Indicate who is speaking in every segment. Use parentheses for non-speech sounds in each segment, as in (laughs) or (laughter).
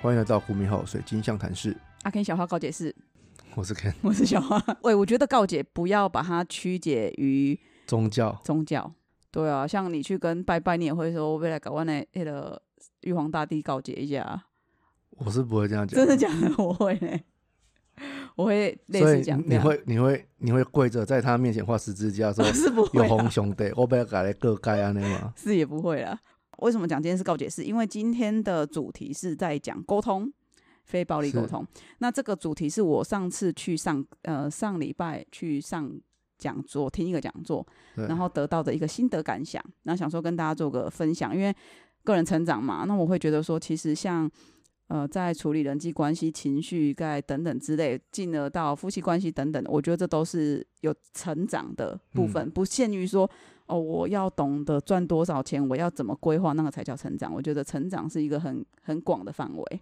Speaker 1: 欢迎来到胡明浩水晶象谈室，
Speaker 2: 阿 Ken 啊小花告解是，
Speaker 1: 我是 Ken。
Speaker 2: 我是小花。喂，我觉得告解不要把它曲解于
Speaker 1: 宗教
Speaker 2: 宗教。对啊，像你去跟拜拜，你也会说未来搞完那那个玉皇大帝告解一下，啊
Speaker 1: 我是不会这样讲，
Speaker 2: 真的假的？ (laughs) 我会呢，我会类
Speaker 1: 所
Speaker 2: 似
Speaker 1: 以
Speaker 2: 讲这
Speaker 1: 你
Speaker 2: 样， (laughs)
Speaker 1: 会你会你会跪着在他面前画十字架说
Speaker 2: 是不会
Speaker 1: 有
Speaker 2: 啊
Speaker 1: 红兄弟，我被改来各盖啊那嘛。
Speaker 2: 是也不会啦。为什么讲今天是告解释？因为今天的主题是在讲沟通，非暴力沟通。那这个主题是我上次去上呃上礼拜去上讲座听一个讲座，
Speaker 1: 对
Speaker 2: 然后得到的一个心得感想，然后想说跟大家做个分享，因为个人成长嘛，那我会觉得说，其实像呃在处理人际关系、情绪、在等等之类，进而到夫妻关系等等，我觉得这都是有成长的部
Speaker 1: 嗯
Speaker 2: 分，不限于说哦我要懂得赚多少钱，我要怎么规划，那个才叫成长。我觉得成长是一个很很广的范围，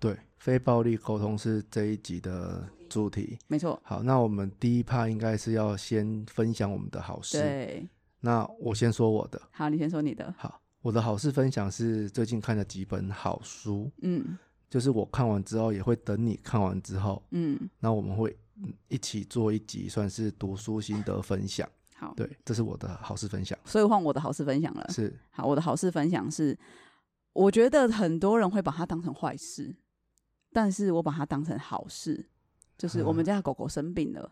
Speaker 1: 对，非暴力沟通是这一集的主题。
Speaker 2: 没错，
Speaker 1: 好，那我们第一趴应该是要先分享我们的好事。
Speaker 2: 对。
Speaker 1: 那我先说我的，
Speaker 2: 好，你先说你的，
Speaker 1: 好，我的好事分享是最近看的几本好书，
Speaker 2: 嗯
Speaker 1: 就是我看完之后也会等你看完之后，
Speaker 2: 嗯，
Speaker 1: 那我们会嗯一起做一集算是读书心得分享。
Speaker 2: 好，
Speaker 1: 对，这是我的好事分享，
Speaker 2: 所以换我的好事分享了。
Speaker 1: 是
Speaker 2: 好，我的好事分享是，我觉得很多人会把它当成坏事，但是我把它当成好事，就是我们家的狗狗生病了。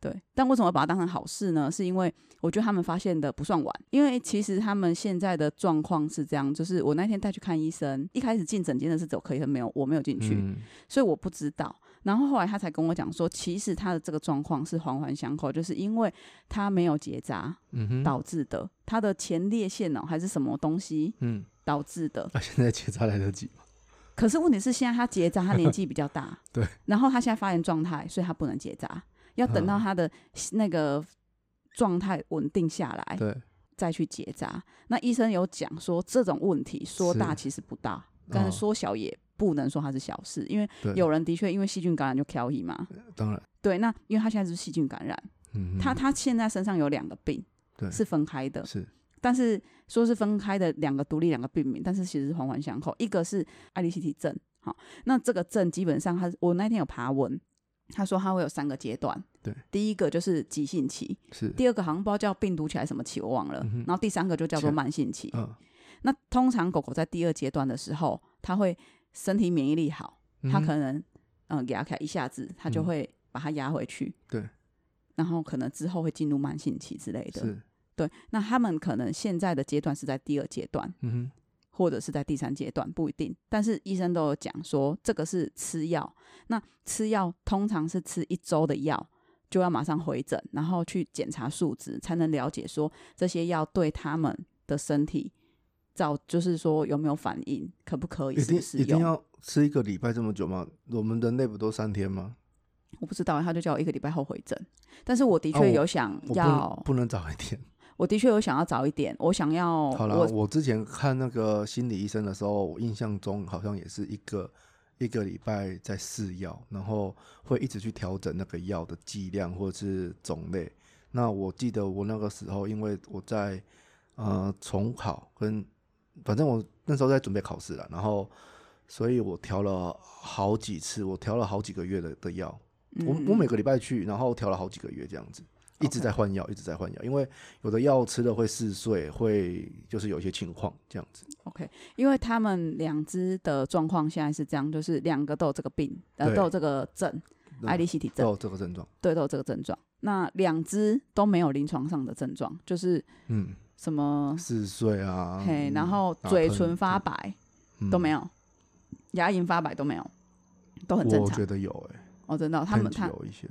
Speaker 2: 对，但为什么把它当成好事呢？是因为我觉得他们发现的不算晚，因为其实他们现在的状况是这样，就是我那天带去看医生，一开始进诊间的是只有科医生，没有我没有进去，
Speaker 1: 嗯，
Speaker 2: 所以我不知道。然后后来他才跟我讲说，其实他的这个状况是环环相扣，就是因为他没有结扎
Speaker 1: 嗯哼，
Speaker 2: 导致的，他的前列腺哦还是什么东西
Speaker 1: 嗯，
Speaker 2: 导致的。
Speaker 1: 那、现在结扎来得及吗？，
Speaker 2: 可是问题是现在他结扎，他年纪比较大
Speaker 1: (laughs) 对，
Speaker 2: 然后他现在发炎状态，所以他不能结扎，要等
Speaker 1: 嗯
Speaker 2: 到他的那个状态稳定下来
Speaker 1: 对，
Speaker 2: 再去结扎。那医生有讲说，这种问题说
Speaker 1: 是
Speaker 2: 大其实不大，但
Speaker 1: 哦
Speaker 2: 是说小也不能说它是小事，因为
Speaker 1: 对，
Speaker 2: 有人的确因为细菌感染就挑一嘛，
Speaker 1: 当然，
Speaker 2: 对，那因为他现在是细菌感染，
Speaker 1: 嗯哼，
Speaker 2: 他他现在身上有两个病
Speaker 1: 对
Speaker 2: 是分开的，
Speaker 1: 是
Speaker 2: 但是说是分开的两个独立两个病名，但是其实是环环相扣。一个是爱丽西体症，好，那这个症基本上它我那天有爬文，他说它会有三个阶段，
Speaker 1: 对，
Speaker 2: 第一个就是急性期，
Speaker 1: 是，
Speaker 2: 第二个好像不知道叫病毒起来什么期，我忘了，
Speaker 1: 嗯哼
Speaker 2: 然后第三个就叫做
Speaker 1: 是
Speaker 2: 慢性期。
Speaker 1: 嗯，
Speaker 2: 那通常狗狗在第二阶段的时候，它会身体免疫力好，它
Speaker 1: 嗯哼
Speaker 2: 可能嗯给它开一下子，它就
Speaker 1: 嗯
Speaker 2: 会把它压回去。
Speaker 1: 对。
Speaker 2: 然后可能之后会进入慢性期之类的。
Speaker 1: 是，
Speaker 2: 对，那他们可能现在的阶段是在第二阶段，
Speaker 1: 嗯哼，
Speaker 2: 或者是在第三阶段，不一定。但是医生都有讲说，这个是吃药，那吃药通常是吃一周的药，就要马上回诊，然后去检查数值，才能了解说这些药对他们的身体造，就是说有没有反应，可不可以
Speaker 1: 一
Speaker 2: 是
Speaker 1: 定
Speaker 2: 不是
Speaker 1: 一定
Speaker 2: 用。
Speaker 1: 要吃一个礼拜这么久吗？我们人类不都三天吗？
Speaker 2: 我不知道，他就叫我一个礼拜后回诊。但是我的
Speaker 1: 啊
Speaker 2: 确
Speaker 1: 我
Speaker 2: 有想
Speaker 1: 我不
Speaker 2: 要，
Speaker 1: 能不能早一点。
Speaker 2: 我的确有想要早一点，我想要
Speaker 1: 好啦，
Speaker 2: 哦我
Speaker 1: 我之前看那个心理医生的时候，我印象中好像也是一个一个礼拜在试药，然后会一直去调整那个药的剂量或者是种类。那我记得我那个时候，因为我在呃重考跟，反正我那时候在准备考试了，然后所以我调了好几次，我调了好几个月的的药，我我每个礼拜去，然后调了好几个月这样子，一直
Speaker 2: 嗯 OK
Speaker 1: 在换药，一直在换药，因为有的药吃了会嗜睡，会就是有一些情况这样子。
Speaker 2: OK，因为他们两只的状况现在是这样，就是两个都有这个病，呃，
Speaker 1: 对
Speaker 2: 都有这个症，
Speaker 1: 嗯
Speaker 2: 爱丽西体
Speaker 1: 都
Speaker 2: 症，
Speaker 1: 有这个症状，
Speaker 2: 对，都有这个症状。那两只都没有临床上的症状，就是
Speaker 1: 嗯，
Speaker 2: 什么，
Speaker 1: 嗜睡啊，
Speaker 2: 嘿，然后
Speaker 1: 打
Speaker 2: 嘴
Speaker 1: 喷
Speaker 2: 唇发
Speaker 1: 嚏嗯
Speaker 2: 白都没
Speaker 1: 有，
Speaker 2: 有，牙龈发白都没有，都很正
Speaker 1: 我
Speaker 2: 常
Speaker 1: 觉。得有哎、
Speaker 2: 哦，真的哦，他们
Speaker 1: Tangy
Speaker 2: 他
Speaker 1: 有一些，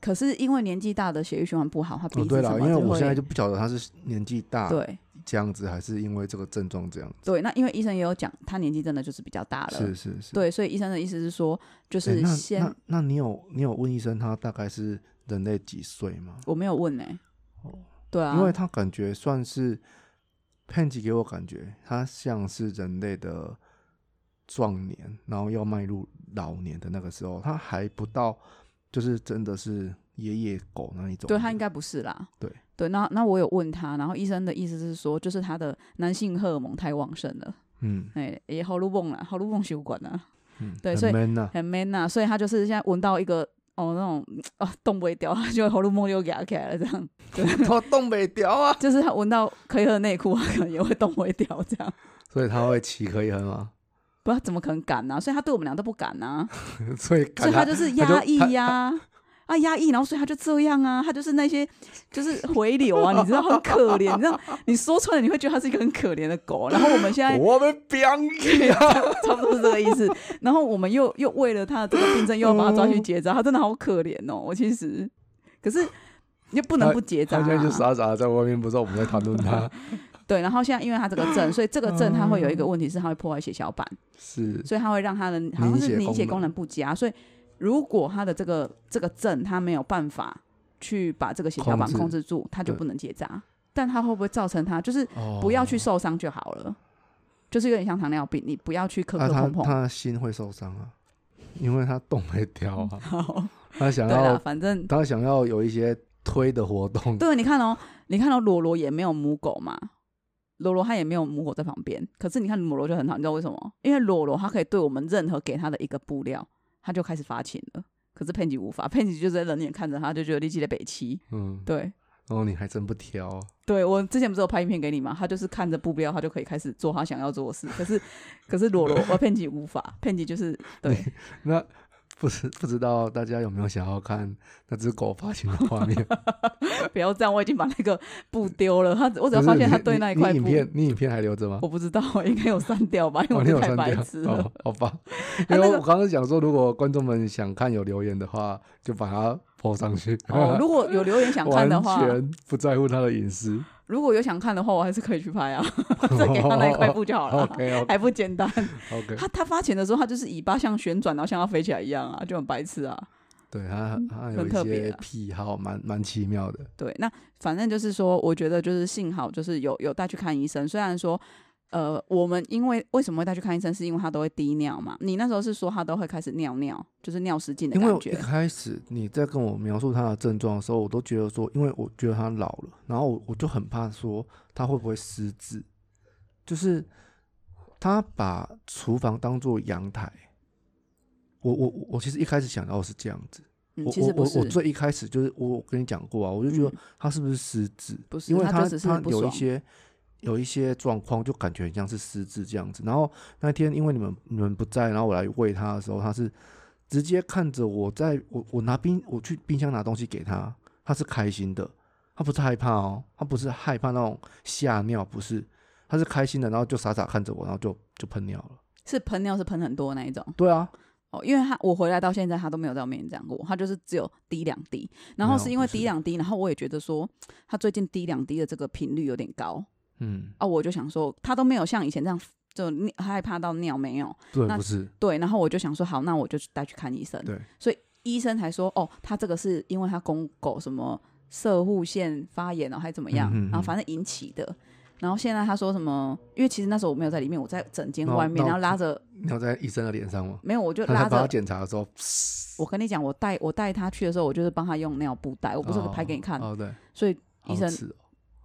Speaker 2: 可是因为年纪大的血液循环不好，他鼻
Speaker 1: 哦
Speaker 2: 子
Speaker 1: 对
Speaker 2: 什
Speaker 1: 了，
Speaker 2: 么
Speaker 1: 因为我
Speaker 2: 会
Speaker 1: 现在就不晓得他是年纪大
Speaker 2: 对
Speaker 1: 这样子，还是因为这个症状这样子。
Speaker 2: 对，那因为医生也有讲，他年纪真的就是比较大了
Speaker 1: 是。是是，
Speaker 2: 对，所以医生的意思是说，就
Speaker 1: 哎
Speaker 2: 是先、
Speaker 1: 那那那你有你有问医生他大概是人类几岁吗？
Speaker 2: 我没有问呢、
Speaker 1: 哦
Speaker 2: 对啊，
Speaker 1: 因为他感觉算是 p a n 给我感觉，他像是人类的壮年，然后要迈入老年的那个时候，他还不到，就是真的是爷爷狗那一种。
Speaker 2: 对他应该不是啦。
Speaker 1: 对
Speaker 2: 对，那那我有问他，然后医生的意思是说，就是他的男性荷尔蒙太旺盛了，
Speaker 1: 嗯
Speaker 2: 哎、也好路蹦了，好路蹦修管了，
Speaker 1: 嗯，
Speaker 2: 对
Speaker 1: 很
Speaker 2: 所以
Speaker 1: man 呐、
Speaker 2: 很 man 呐、所以他就是现在闻到一个哦那种啊动不掉，他就喉咙梦就给他起来了，这样
Speaker 1: (laughs) 他动北调
Speaker 2: (laughs)
Speaker 1: 啊，
Speaker 2: 就是他闻到可以喝的内裤，他 (laughs) 可能也会动不掉这样。
Speaker 1: 所以他会骑可以很吗？
Speaker 2: 不知道怎么可能敢呢、啊所以他对我们俩都不敢啊呐、
Speaker 1: 所以
Speaker 2: 所
Speaker 1: 感
Speaker 2: 以
Speaker 1: 觉
Speaker 2: 他就是
Speaker 1: 他就
Speaker 2: 压抑呀、啊。压抑，然后所以他就这样啊，他就是那些就是回流啊，你知道很可怜，你知道你说出来你会觉得他是一个很可怜的狗，啊然后我们现在
Speaker 1: 我们彪
Speaker 2: (laughs)
Speaker 1: 你啊，
Speaker 2: 差不多是这个意思。然后我们又又为了他的这个病症，又要把他抓
Speaker 1: 哦
Speaker 2: 去结扎，他真的好可怜哦。我其实，可是又不能不结扎、
Speaker 1: (laughs) 他
Speaker 2: 啊
Speaker 1: 现在就傻傻地在外面，不知道我们在谈论
Speaker 2: (laughs)
Speaker 1: 他，
Speaker 2: 对，然后现在因为他这个症，所以这个症他会
Speaker 1: 嗯
Speaker 2: 有一个问题是，他会破坏血小板，
Speaker 1: 是
Speaker 2: 所以他会让他的好像是
Speaker 1: 凝血功能
Speaker 2: 凝血功能不佳。所以如果他的这个这个症他没有办法去把这个血小板控
Speaker 1: 控
Speaker 2: 制住，他就
Speaker 1: 对
Speaker 2: 不能结扎。但他会不会造成他就是
Speaker 1: 哦
Speaker 2: 不要去受伤就好了？就是有点像糖尿病，你不要去磕
Speaker 1: 那、
Speaker 2: 磕
Speaker 1: 哦啊他
Speaker 2: 碰碰。
Speaker 1: 他的心会受伤啊，因为他动没掉啊，
Speaker 2: 好，
Speaker 1: 他想
Speaker 2: 对啦，
Speaker 1: 要
Speaker 2: 反正
Speaker 1: 他想要有一些推的活动， (laughs)
Speaker 2: 对，你看哦，你看哦，罗罗也没有母狗嘛，罗罗它也没有母狗在旁边。可是你看罗罗就很好，你知道为什么？因为罗罗它可以对我们任何给它的一个布料，它就开始发情了。可是佩吉无法，佩吉就是在冷眼看着它，就觉得力气在北七。
Speaker 1: 嗯，
Speaker 2: 对，
Speaker 1: 然后你还真不挑啊、
Speaker 2: 对我之前不是有拍影片给你吗？它就是看着布料，它就可以开始做它想要做的事。可是，可是罗罗，我佩吉无法，佩吉就是对，
Speaker 1: 那不知不知道大家有没有想要看那只狗发情的画
Speaker 2: (laughs)
Speaker 1: 面？
Speaker 2: 不要这样，我已经把那个布丢了。它我只要
Speaker 1: 不是
Speaker 2: 发现
Speaker 1: 你
Speaker 2: 它对
Speaker 1: 你
Speaker 2: 那一块
Speaker 1: 你影
Speaker 2: 布，
Speaker 1: 片，你影片还留着吗？
Speaker 2: 我不知道，应该有删掉吧，因为
Speaker 1: 哦，
Speaker 2: 我
Speaker 1: 你
Speaker 2: 就
Speaker 1: 有
Speaker 2: 太
Speaker 1: 删
Speaker 2: 白
Speaker 1: 掉
Speaker 2: 痴了。
Speaker 1: 哦，好吧。
Speaker 2: 他
Speaker 1: 因
Speaker 2: 那
Speaker 1: 为
Speaker 2: 个
Speaker 1: 我刚刚想说，如果观众们想看有留言的话，就把它播上去。 (laughs)
Speaker 2: 哦，如果有留言想看的话
Speaker 1: 完，全不在乎他的隐
Speaker 2: (laughs)
Speaker 1: 私。
Speaker 2: 如果有想看的话，我还是可以去
Speaker 1: (laughs)
Speaker 2: 拍啊，再给他那一块布就好了。
Speaker 1: OK
Speaker 2: 还不简单？
Speaker 1: OK，
Speaker 2: 他他发钱的时候，他就是尾巴像旋转，然后像要飞起来一样啊，就很白痴啊。
Speaker 1: 对他他有
Speaker 2: 很
Speaker 1: 一
Speaker 2: 特别
Speaker 1: 些
Speaker 2: 啊
Speaker 1: 癖好，蛮蛮奇妙的。
Speaker 2: 对，那反正就是说，我觉得就是幸好就是有有带去看医生，虽然说。呃，我们因为为什么会带去看医生，是因为他都会滴尿嘛。你那时候是说他都会开始尿尿，就是尿失禁的
Speaker 1: 因为
Speaker 2: 感
Speaker 1: 我一
Speaker 2: 觉。
Speaker 1: 开始你在跟我描述他的症状的时候，我都觉得说，因为我觉得他老了，然后我我就很怕说他会不会失智，就是他把厨房当做阳台。我我我我其实一开始想到是这样子，
Speaker 2: 嗯，
Speaker 1: 我
Speaker 2: 其
Speaker 1: 我
Speaker 2: 实不
Speaker 1: 我
Speaker 2: 是，
Speaker 1: 我最一开始就是我我跟你讲过啊，我就觉得
Speaker 2: 嗯
Speaker 1: 他是不是失智？
Speaker 2: 不是
Speaker 1: 因为
Speaker 2: 他就
Speaker 1: 他
Speaker 2: 只是不
Speaker 1: 有一
Speaker 2: 爽
Speaker 1: 些有一些状况，就感觉很像是失智这样子。然后那天因为你们你们不在，然后我来喂他的时候，他是直接看着我在我我拿冰我去冰箱拿东西给他，他是开心的，他不是害怕哦，他不是害怕那种吓尿，不是，他是开心的，然后就傻傻看着我，然后就就喷尿了。
Speaker 2: 是喷尿是喷很多那一种。
Speaker 1: 对啊，
Speaker 2: 哦，因为他我回来到现在，他都没有在我面前讲过，他就是只有滴两滴。然后
Speaker 1: 没有
Speaker 2: 是因为
Speaker 1: 不是
Speaker 2: 滴两滴，然后我也觉得说他最近滴两滴的这个频率有点高
Speaker 1: 嗯，
Speaker 2: 啊，我就想说他都没有像以前这样就尿害怕到尿没有
Speaker 1: 对，
Speaker 2: 那
Speaker 1: 不是，
Speaker 2: 对，然后我就想说好，那我就去带去看医生。
Speaker 1: 对，
Speaker 2: 所以医生才说哦，他这个是因为他公狗什么射护腺发炎哦，还怎么样，
Speaker 1: 嗯嗯嗯
Speaker 2: 然后反正引起的。然后现在他说什么？因为其实那时候我没有在里面，我在整间
Speaker 1: 那
Speaker 2: 外面，
Speaker 1: 那
Speaker 2: 然后拉着
Speaker 1: 尿在医生的脸上吗？
Speaker 2: 没有，我就
Speaker 1: 他在
Speaker 2: 拉
Speaker 1: 帮
Speaker 2: 着
Speaker 1: 他检查的时候，
Speaker 2: 我跟你讲，我带我带他去的时候，我就是帮他用尿布带，我
Speaker 1: 我
Speaker 2: 不是有拍给你看，
Speaker 1: 哦，对，
Speaker 2: 所以医
Speaker 1: 好
Speaker 2: 生
Speaker 1: 耻哦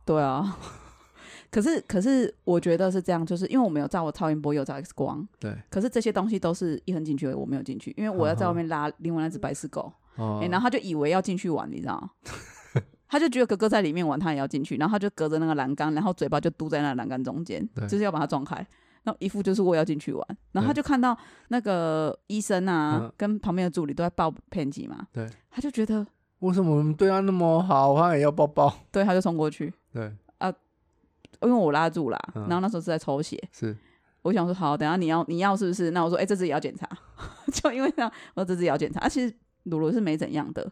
Speaker 2: 对啊。 (laughs) 可是可是我觉得是这样，就是因为我没有照我超音波，也有照 X 光，
Speaker 1: 对，
Speaker 2: 可是这些东西都是一恒进去，我没有进去，因为我要在外面拉另外那只白丝狗，
Speaker 1: 哦
Speaker 2: 哎、，然后他就以为要进去玩，你知道吗。 (laughs) 他就觉得哥哥在里面玩，他也要进去，然后他就隔着那个栏杆，然后嘴巴就嘟在那个栏杆中间，
Speaker 1: 对
Speaker 2: 就是要把它撞开。然后一副就是我要进去玩，然后他
Speaker 1: 对
Speaker 2: 就看到那个医生啊，
Speaker 1: 嗯
Speaker 2: 跟旁边的助理都在抱 Penji 嘛，
Speaker 1: 对，
Speaker 2: 他就觉得，
Speaker 1: 为什么我们对他那么好，他也要抱抱？
Speaker 2: 对，他就冲过去，
Speaker 1: 对，
Speaker 2: 因为我拉住啦，
Speaker 1: 嗯
Speaker 2: 然后那时候是在抽血，
Speaker 1: 是
Speaker 2: 我想说好，等一下你要你要是不是？那我说，哎、这只也要检查， (laughs) 就因为这样，我说这只也要检查。啊，其实鲁鲁是没怎样的，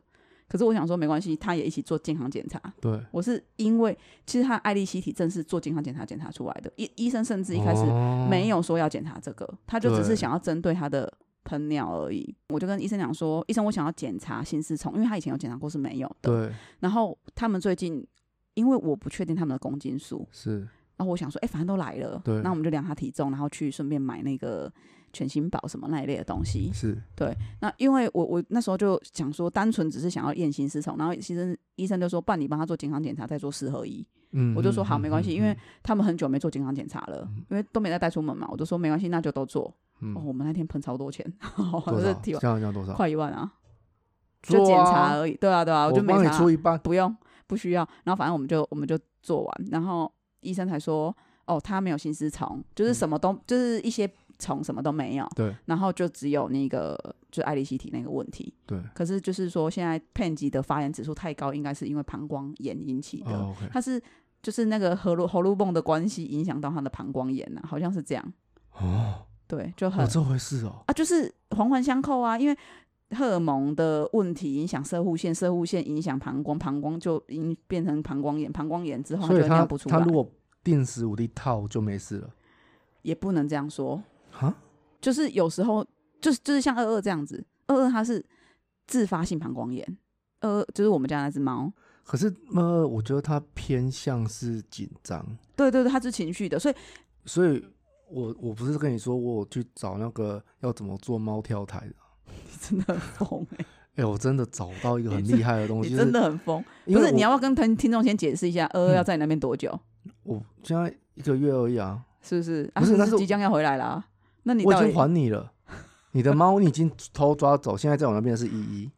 Speaker 2: 可是我想说没关系，他也一起做健康检查。
Speaker 1: 对。
Speaker 2: 我是因为其实他艾利希体症是做健康检查检查出来的，医医生甚至一开始没
Speaker 1: 有，
Speaker 2: 有说要检查这个，他就只是
Speaker 1: 哦对
Speaker 2: 想要针对他的喷尿而已。我就跟医生讲说，医生，我想要检查心丝虫，因为他以前有检查过是没有的。
Speaker 1: 对，
Speaker 2: 然后他们最近，因为我不确定他们的公斤数，
Speaker 1: 是
Speaker 2: 然后我想说，哎、反正都来了，
Speaker 1: 对
Speaker 2: 那我们就量他体重，然后去顺便买那个全新宝什么那一类的东西。
Speaker 1: 是，
Speaker 2: 那因为我我那时候就想说，单纯只是想要验心丝虫，然后医生医生就说，不然你帮他做健康检查，再做四合一。
Speaker 1: 嗯，
Speaker 2: 我就说
Speaker 1: 嗯
Speaker 2: 好，没关系，
Speaker 1: 嗯
Speaker 2: 因为他们很久没做健康检查了，因为都没再带出门嘛，我就说没关系，那就都做。
Speaker 1: 嗯
Speaker 2: 哦，我们那天喷超多钱，
Speaker 1: 多
Speaker 2: (laughs)
Speaker 1: 少
Speaker 2: 我是？提
Speaker 1: 这样
Speaker 2: 完
Speaker 1: 这样多少？
Speaker 2: 快一万啊，就
Speaker 1: 做
Speaker 2: 检查
Speaker 1: 啊，
Speaker 2: 而已。对啊，对啊，
Speaker 1: 我
Speaker 2: 就没
Speaker 1: 帮你
Speaker 2: 查
Speaker 1: 出一半。
Speaker 2: 不用，不需要。然后反正我们就我们就做完，然后医生才说，哦，他没有心丝虫，
Speaker 1: 嗯
Speaker 2: 就是什么都、就是一些虫什么都没有， (laughs)
Speaker 1: 对
Speaker 2: 然后就只有那个就是爱丽西体那个问题。
Speaker 1: 对，
Speaker 2: 可是就是说现在 PEN 级的发炎指数太高，应该是因为膀胱炎引起的，
Speaker 1: 哦，OK，
Speaker 2: (laughs) 它是。就是那个喉咙喉咙泵的关系影响到他的膀胱炎呐、好像是这样，
Speaker 1: 哦，
Speaker 2: 对，就很
Speaker 1: 有这回事哦，
Speaker 2: 啊，就是环环相扣啊，因为荷尔蒙的问题影响射护腺，射护腺影响膀胱，膀胱就影变成膀胱炎，膀胱炎之后它
Speaker 1: 所
Speaker 2: 就
Speaker 1: 以
Speaker 2: 会
Speaker 1: 他
Speaker 2: 尿不出
Speaker 1: 他
Speaker 2: 来
Speaker 1: 如。果定时五力套就没事了
Speaker 2: 也不能这样说，
Speaker 1: 哈，
Speaker 2: 就是有时候就是就是像二二这样子，二二它是自发性膀胱炎，二二就是我们家那只猫，
Speaker 1: 可是呃，我觉得他偏向是紧张，
Speaker 2: 对对对，它是情绪的，所以 (laughs)
Speaker 1: 所以我我不是跟你说我有去找那个要怎么做猫跳台的。
Speaker 2: 真的很疯、欸，
Speaker 1: 哎、我真的找到一个很
Speaker 2: 你真
Speaker 1: 厉害的东西，
Speaker 2: 你
Speaker 1: 就是
Speaker 2: 真的很疯。
Speaker 1: 因
Speaker 2: 不
Speaker 1: 为
Speaker 2: 是，你
Speaker 1: 我
Speaker 2: 要不要跟听听众先解释一下，二二
Speaker 1: 嗯
Speaker 2: 要在你那边多久？
Speaker 1: 我现在一个月而已啊，
Speaker 2: 是不是？啊、
Speaker 1: 不是
Speaker 2: 是
Speaker 1: 那是
Speaker 2: 即将要回来啦。那你
Speaker 1: 我
Speaker 2: 到
Speaker 1: 已
Speaker 2: 底
Speaker 1: 经还你了，你的猫你已经偷抓走，现在在我那边的是依依，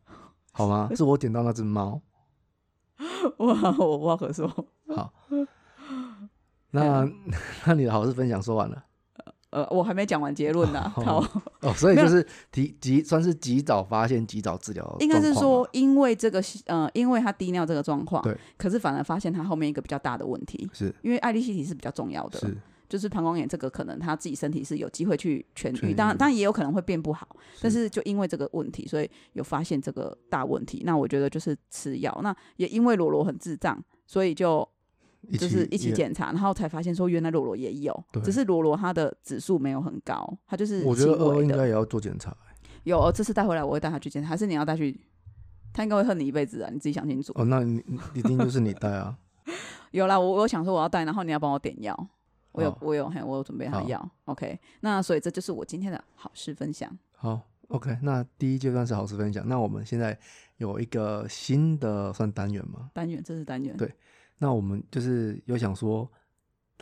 Speaker 1: 好吗？是我捡到那只猫，
Speaker 2: (laughs) 我我无话可说。
Speaker 1: 好，那
Speaker 2: 嗯
Speaker 1: (laughs) 那你的好事分享说完了
Speaker 2: 呃，我还没讲完结论
Speaker 1: (laughs)
Speaker 2: 呢、
Speaker 1: 哦
Speaker 2: 好，
Speaker 1: 哦，所以
Speaker 2: 没
Speaker 1: 就
Speaker 2: 有
Speaker 1: 是提及算是及早发现、及早治疗的状况嘛，啊
Speaker 2: 应该是说，因为这个呃，因为他低尿这个状况，
Speaker 1: 对，
Speaker 2: 可是反而发现他后面一个比较大的问题，
Speaker 1: 是
Speaker 2: 因为爱丽西体是比较重要的，
Speaker 1: 是，
Speaker 2: 就是膀胱炎这个可能他自己身体是有机会去痊
Speaker 1: 痊
Speaker 2: 愈，
Speaker 1: 愈
Speaker 2: 当然当然也有可能会变不好，但是就因为这个问题，所以有发现这个大问题。那我觉得就是吃药，那也因为罗罗很智障，所以就
Speaker 1: 一
Speaker 2: 就是一起
Speaker 1: 也
Speaker 2: 检查，然后才发现说原来罗罗也有
Speaker 1: 对，
Speaker 2: 只是罗罗他的指数没有很高，他就是
Speaker 1: 我觉得
Speaker 2: 轻
Speaker 1: 二
Speaker 2: 微
Speaker 1: 应
Speaker 2: 的
Speaker 1: 该也要做检查
Speaker 2: 有，哦这次带回来我会带他去检查，还是你要带去？他应该会恨你一辈子啊！你自己想清楚。
Speaker 1: (laughs) 哦，那你你一定就是你带啊，
Speaker 2: 有啦，我我有想说我要带，然后你要帮我点药。我有、
Speaker 1: 好
Speaker 2: 我有嘿，我有准备好
Speaker 1: 哦好
Speaker 2: 药。OK，那所以这就是我今天的好事分享。
Speaker 1: 好，OK，那第一阶段是好事分享，那我们现在有一个新的算单元吗？
Speaker 2: 单元，这是单元。
Speaker 1: 对那我们就是有想说，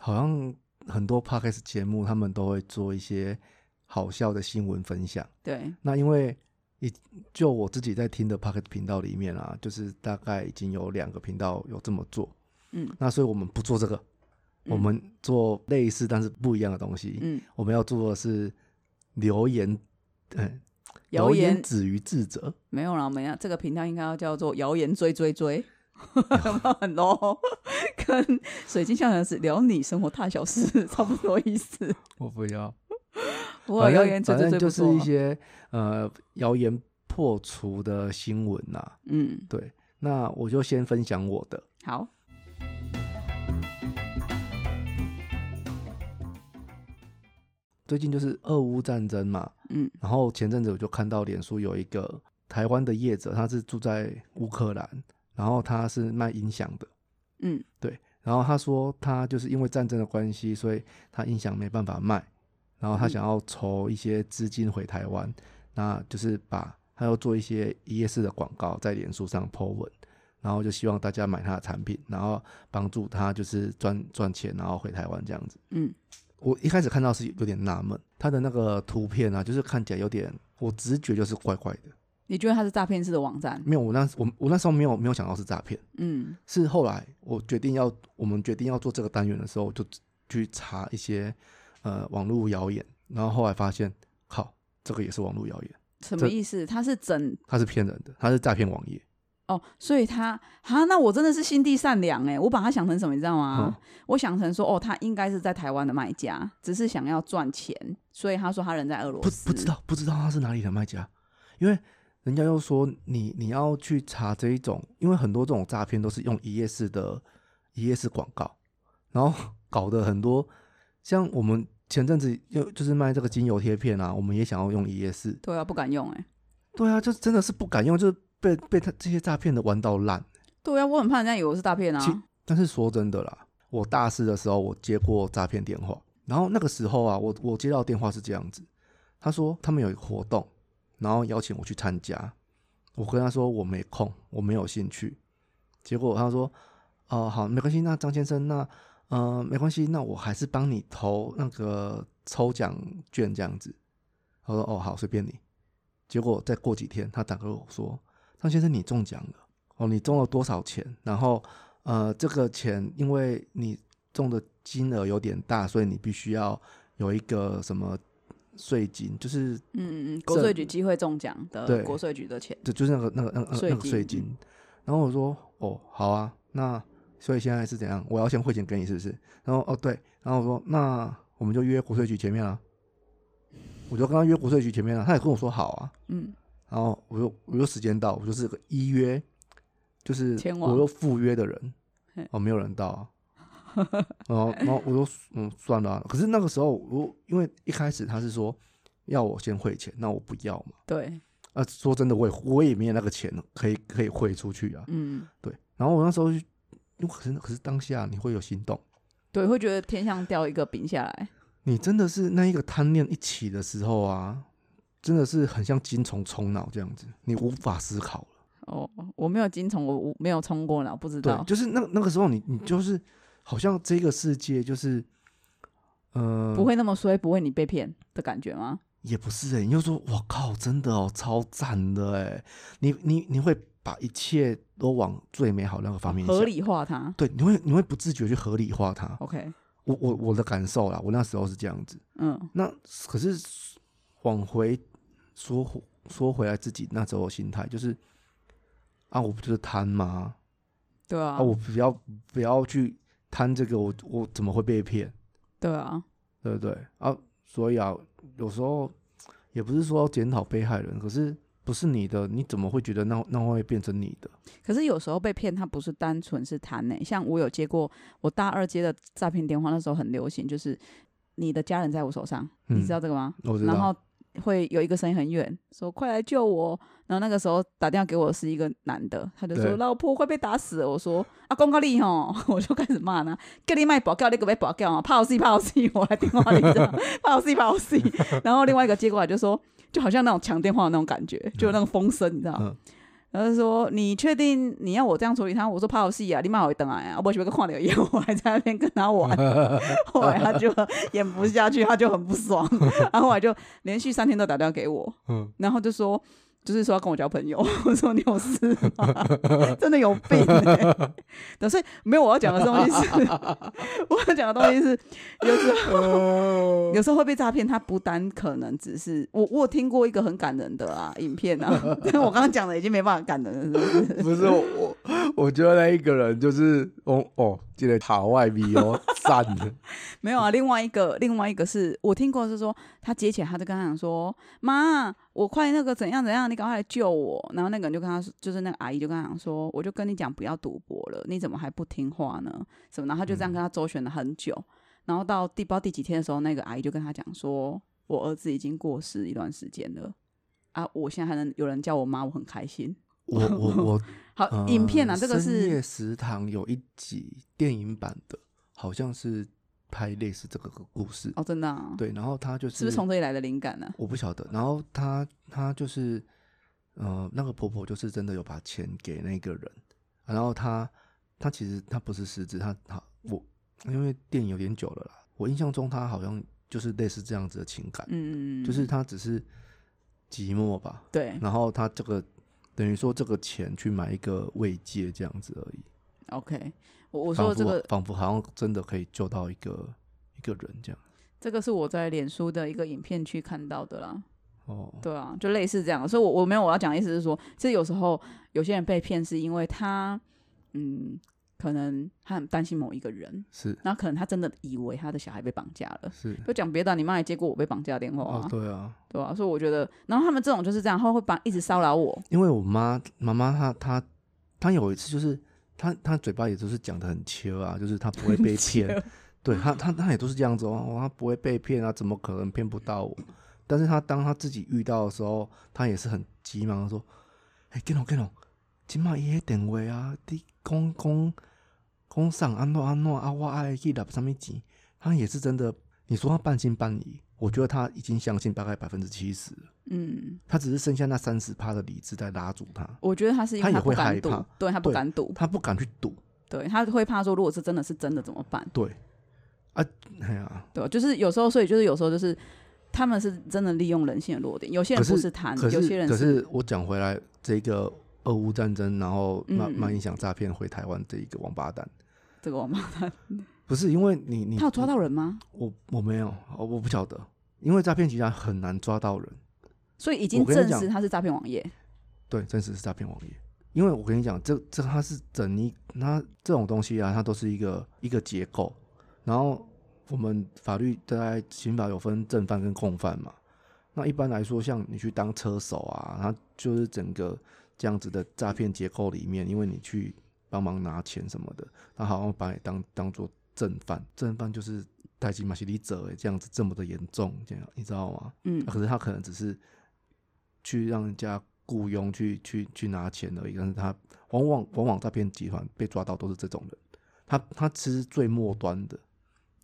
Speaker 1: 好像很多 podcast 节目他们都会做一些好笑的新闻分享。
Speaker 2: 对
Speaker 1: 那因为你就我自己在听的 podcast 频道里面啊，就是大概已经有两个频道有这么做。
Speaker 2: 嗯，
Speaker 1: 那所以我们不做这个，我们做类似但是不一样的东西。
Speaker 2: 嗯，
Speaker 1: 我们要做的是留言，嗯，
Speaker 2: 谣
Speaker 1: 留言
Speaker 2: 言
Speaker 1: 止于智者。
Speaker 2: 没有啦，我们要这个频道应该要叫做“谣言追追追”，有没有很 low？跟水晶象像是聊你生活大小事差不多意思。
Speaker 1: 我不要。
Speaker 2: 我
Speaker 1: 反
Speaker 2: 谣
Speaker 1: 正
Speaker 2: 言追追
Speaker 1: 反
Speaker 2: 追
Speaker 1: 正就
Speaker 2: 不
Speaker 1: 是
Speaker 2: 错
Speaker 1: 一
Speaker 2: 啊
Speaker 1: 些呃谣言破除的新闻呐、
Speaker 2: 嗯，
Speaker 1: 对，那我就先分享我的。
Speaker 2: 好，
Speaker 1: 最近就是俄乌战争嘛，
Speaker 2: 嗯
Speaker 1: 然后前阵子我就看到脸书有一个台湾的业者，他是住在乌克兰，然后他是卖音响的，
Speaker 2: 嗯
Speaker 1: 对，然后他说他就是因为战争的关系，所以他音响没办法卖，然后他
Speaker 2: 嗯
Speaker 1: 想要筹一些资金回台湾，那就是把他要做一些一页式的广告在脸书上 po 文，然后就希望大家买他的产品，然后帮助他就是赚赚钱，然后回台湾这样子。
Speaker 2: 嗯
Speaker 1: 我一开始看到是有点纳闷，他的那个图片啊，就是看起来有点，我直觉就是怪怪的。
Speaker 2: 你觉得它是诈骗式的网站？
Speaker 1: 没有，我那我我那时候没有没有想到是诈骗，
Speaker 2: 嗯
Speaker 1: 是后来我决定要我们决定要做这个单元的时候，我就去查一些呃网络谣言，然后后来发现，靠，这个也是网络谣言，，
Speaker 2: 什
Speaker 1: 这
Speaker 2: 么意思？它是整
Speaker 1: 它是骗人的，它是诈骗网页。
Speaker 2: 哦，所以他哈，那我真的是心地善良哎，我把它想成什么，你知道吗？
Speaker 1: 嗯
Speaker 2: 我想成说哦，他应该是在台湾的卖家，只是想要赚钱，所以他说他人在俄罗
Speaker 1: 不
Speaker 2: 斯，
Speaker 1: 不知道不知道他是哪里的卖家，因为人家又说你你要去查这一种，因为很多这种诈骗都是用一页式的一页式广告，然后 (laughs) 搞得很多像我们前阵子又就是卖这个精油贴片啊，我们也想要用一页式，
Speaker 2: 对啊，不敢用哎，
Speaker 1: 对啊，就真的是不敢用，就是被被他这些诈骗的玩到烂。
Speaker 2: 对啊，我很怕人家以为我是大骗
Speaker 1: 其
Speaker 2: 啊，
Speaker 1: 但是说真的啦，我大四的时候我接过诈骗电话，然后那个时候啊，我我接到电话是这样子，他说他们有一个活动，然后邀请我去参加，我跟他说我没空，我没有兴趣，结果他说哦，好，没关系。那张先生，那呃，没关系，那我还是帮你投那个抽奖券这样子。他说：“哦，好，随便你。”结果再过几天，他打给我说：“张先生，你中奖了哦，你中了多少钱？然后呃，这个钱因为你中的金额有点大，所以你必须要有一个什么税金，就是
Speaker 2: 嗯嗯嗯，国税局机会中奖
Speaker 1: 对
Speaker 2: 的国税局的钱，
Speaker 1: 就就是那个那个那个那个那个
Speaker 2: 税金嗯
Speaker 1: 税金。然后我说哦，好啊，那所以现在是怎样？我要先汇钱给你是不是？然后哦对，然后我说那我们就约国税局前面啊，我就跟他约国税局前面啊，他也跟我说好啊。
Speaker 2: 嗯，
Speaker 1: 然后我就我就时间到，我就是个一约，就是
Speaker 2: 前往
Speaker 1: 我又赴约的人
Speaker 2: 嘿，
Speaker 1: 哦，没有人到、
Speaker 2: (laughs)
Speaker 1: 啊。然后，然后我就嗯算了啊、可是那个时候我因为一开始他是说要我先汇钱，那我不要嘛。
Speaker 2: 对，
Speaker 1: 啊，说真的，我也我也没有那个钱可以可以汇出去啊。
Speaker 2: 嗯，
Speaker 1: 对，然后我那时候就，因为可是可是当下你会有心动，
Speaker 2: 对，会觉得天上掉一个饼下来，
Speaker 1: 你真的是那一个贪念一起的时候啊，真的是很像金虫冲脑这样子，你无法思考了。
Speaker 2: 哦，我没有金虫，我我没有冲过脑，不知
Speaker 1: 对
Speaker 2: 道，，
Speaker 1: 就是那那个时候你你就是好像这个世界就是，呃，
Speaker 2: 不会那么衰，不会你被骗的感觉吗？
Speaker 1: 也不是哎、你就说我靠，真的哦，超赞的哎、你你你会把一切都往最美好那个方面想
Speaker 2: 合，理化它
Speaker 1: 对，你会你会不自觉去合理化它。
Speaker 2: ，OK，
Speaker 1: 我我我的感受啦，我那时候是这样子。
Speaker 2: 嗯，
Speaker 1: 那可是往回说回说回来，自己那时候的心态就是啊，我不就是贪吗？
Speaker 2: 对啊，
Speaker 1: 啊，我不要不要去贪这个，我我怎么会被骗？
Speaker 2: 对啊，
Speaker 1: 对不对？啊，所以啊，有时候也不是说要检讨被害人，可是不是你的，你怎么会觉得那那会变成你的？
Speaker 2: 可是有时候被骗，他不是单纯是贪呢、像我有接过，我大二接的诈骗电话，那时候很流行，就是你的家人在我手上，
Speaker 1: 嗯
Speaker 2: 你知道这个吗？
Speaker 1: 我知
Speaker 2: 然 (laughs)
Speaker 1: 道，
Speaker 2: 后会有一个声音很远，说快来救我。然后那个时候打电话给我是一个男的，他就
Speaker 1: 对
Speaker 2: 说老婆快被打死了。我说啊，公告你吼， (laughs) 我就开始骂他，叫你卖保告，你可别保告啊，怕我死怕我死，我来电话里这样， (laughs) 怕我死怕我死。然后另外一个接过来就说，就好像那种抢电话的那种感觉，就有那个风声，你知道。
Speaker 1: 嗯
Speaker 2: 然后就说你确定你要我这样处理他？我说怕我死啊，你骂我等来啊，我喜欢个看到以 (laughs) 后，我还在那边跟
Speaker 1: (laughs)
Speaker 2: 他玩。后来他就演不下去，他就很不爽， (laughs) 然后后来就连续三天都打电话给我，
Speaker 1: 嗯，
Speaker 2: 然后就说。就是说要跟我交朋友， (laughs) 我说你有事吗？ (laughs) 真的有病、欸！对，所以没有我要讲的东西是， (laughs) 我要讲的东西是，有时候有时候会被诈骗，它不单可能只是我我有听过一个很感人的啊影片啊， (laughs) 但是我刚刚讲的已经没办法感人了，是不是？
Speaker 1: (laughs) 不是我，我觉得那一个人就是哦哦，记得塔外比 (laughs) 哦，赞的。
Speaker 2: 没有啊，另外一个，另外一个是我听过是说，他接起来，他就跟他讲说：“妈，我快那个怎样怎样，你赶快来救我。”然后那个人就跟他说，就是那个阿姨就跟他讲说：“我就跟你讲不要赌博了，你怎么还不听话呢？什么？”然后他就这样跟他周旋了很久，然后到第不知道第几天的时候，那个阿姨就跟他讲说：“我儿子已经过世一段时间了。”啊！我现在还能有人叫我妈，我很开心。
Speaker 1: 我我我
Speaker 2: 好，
Speaker 1: 呃
Speaker 2: 影片啊，这个
Speaker 1: 深夜
Speaker 2: 是
Speaker 1: 食堂有一集电影版的，好像是拍类似这个故事。
Speaker 2: 哦，真的、啊，，
Speaker 1: 对，然后他就是
Speaker 2: 是不是从这里来的灵感呢、
Speaker 1: 我不晓得，然后他他就是呃，那个婆婆就是真的有把钱给那个人，然后她她其实她不是失智，她她我因为电影有点久了啦，我印象中她好像就是类似这样子的情感，
Speaker 2: 嗯，
Speaker 1: 就是她只是寂寞吧，
Speaker 2: 对
Speaker 1: 然后她这个等于说这个钱去买一个慰藉这样子而已。
Speaker 2: ，OK。我我
Speaker 1: 我
Speaker 2: 说的这个
Speaker 1: 仿佛好像真的可以救到一个一个人这样。
Speaker 2: 这个是我在脸书的一个影片区看到的啦，
Speaker 1: 哦，
Speaker 2: 对啊，就类似这样，所以我我没有我要讲的意思是说，其实有时候有些人被骗是因为他，嗯，可能他很担心某一个人，
Speaker 1: 是
Speaker 2: 然后可能他真的以为他的小孩被绑架了。
Speaker 1: 是，
Speaker 2: 就讲别的啊，你妈也接过我被绑架的电话啊，
Speaker 1: 哦，对啊，
Speaker 2: 对啊，所以我觉得，然后他们这种就是这样，他会绑一直骚扰我，
Speaker 1: 因为我妈妈妈她她她有一次就是她她嘴巴也都是讲的很切啊，就是她不会被骗，对她她她也都是这样子哦，哦她不会被骗啊，怎么可能骗不到我？但是她当她自己遇到的时候，她也是很急忙地说：“哎、跟龙跟龙，今嘛伊迄电话啊，你讲讲讲上安怎安怎啊，我爱去拿什么钱？”她也是真的，你说她半信半疑，我觉得她已经相信大概百分之七十。
Speaker 2: 嗯，
Speaker 1: 他只是剩下那三十趴的理智在拉住他，
Speaker 2: 我觉得他是因
Speaker 1: 他
Speaker 2: 为
Speaker 1: 也
Speaker 2: 不
Speaker 1: 会
Speaker 2: 敢
Speaker 1: 害
Speaker 2: 赌
Speaker 1: 怕，
Speaker 2: 对他不
Speaker 1: 对
Speaker 2: 敢赌，
Speaker 1: 他不敢去赌，
Speaker 2: 对他会怕说，如果是真的是真的怎么办？
Speaker 1: 对，啊，哎呀，
Speaker 2: 对吧，就是有时候，所以就是有时候就是他们是真的利用人性的弱点，有些人
Speaker 1: 可是
Speaker 2: 不是贪，
Speaker 1: 可
Speaker 2: 啊有些
Speaker 1: 是
Speaker 2: 人
Speaker 1: 可是我讲回来，这个俄乌战争，然后慢
Speaker 2: 嗯嗯
Speaker 1: 慢影响诈骗回台湾这一个王八蛋，
Speaker 2: 这个王八蛋，
Speaker 1: 不是因为你你
Speaker 2: 他有抓到人吗？
Speaker 1: 我我没有，我我不晓得，因为诈骗集团很难抓到人。
Speaker 2: 所以已经
Speaker 1: 我跟你
Speaker 2: 证
Speaker 1: 讲
Speaker 2: 实他是诈骗网页，
Speaker 1: 对，真实是诈骗网页。因为我跟你讲，这这它是整一它这种东西啊，它都是一个一个结构。然后我们法律大概刑法有分正犯跟共犯嘛。那一般来说，像你去当车手啊，它就是整个这样子的诈骗结构里面，因为你去帮忙拿钱什么的，他好像把你当当做正犯，正犯就是代金马西里者哎，这样子这么的严重，这样你知道吗？
Speaker 2: 嗯
Speaker 1: 啊，可是他可能只是去让人家雇佣去去去拿钱而已，但是他往往往往诈骗集团被抓到都是这种人，他他其实最末端的，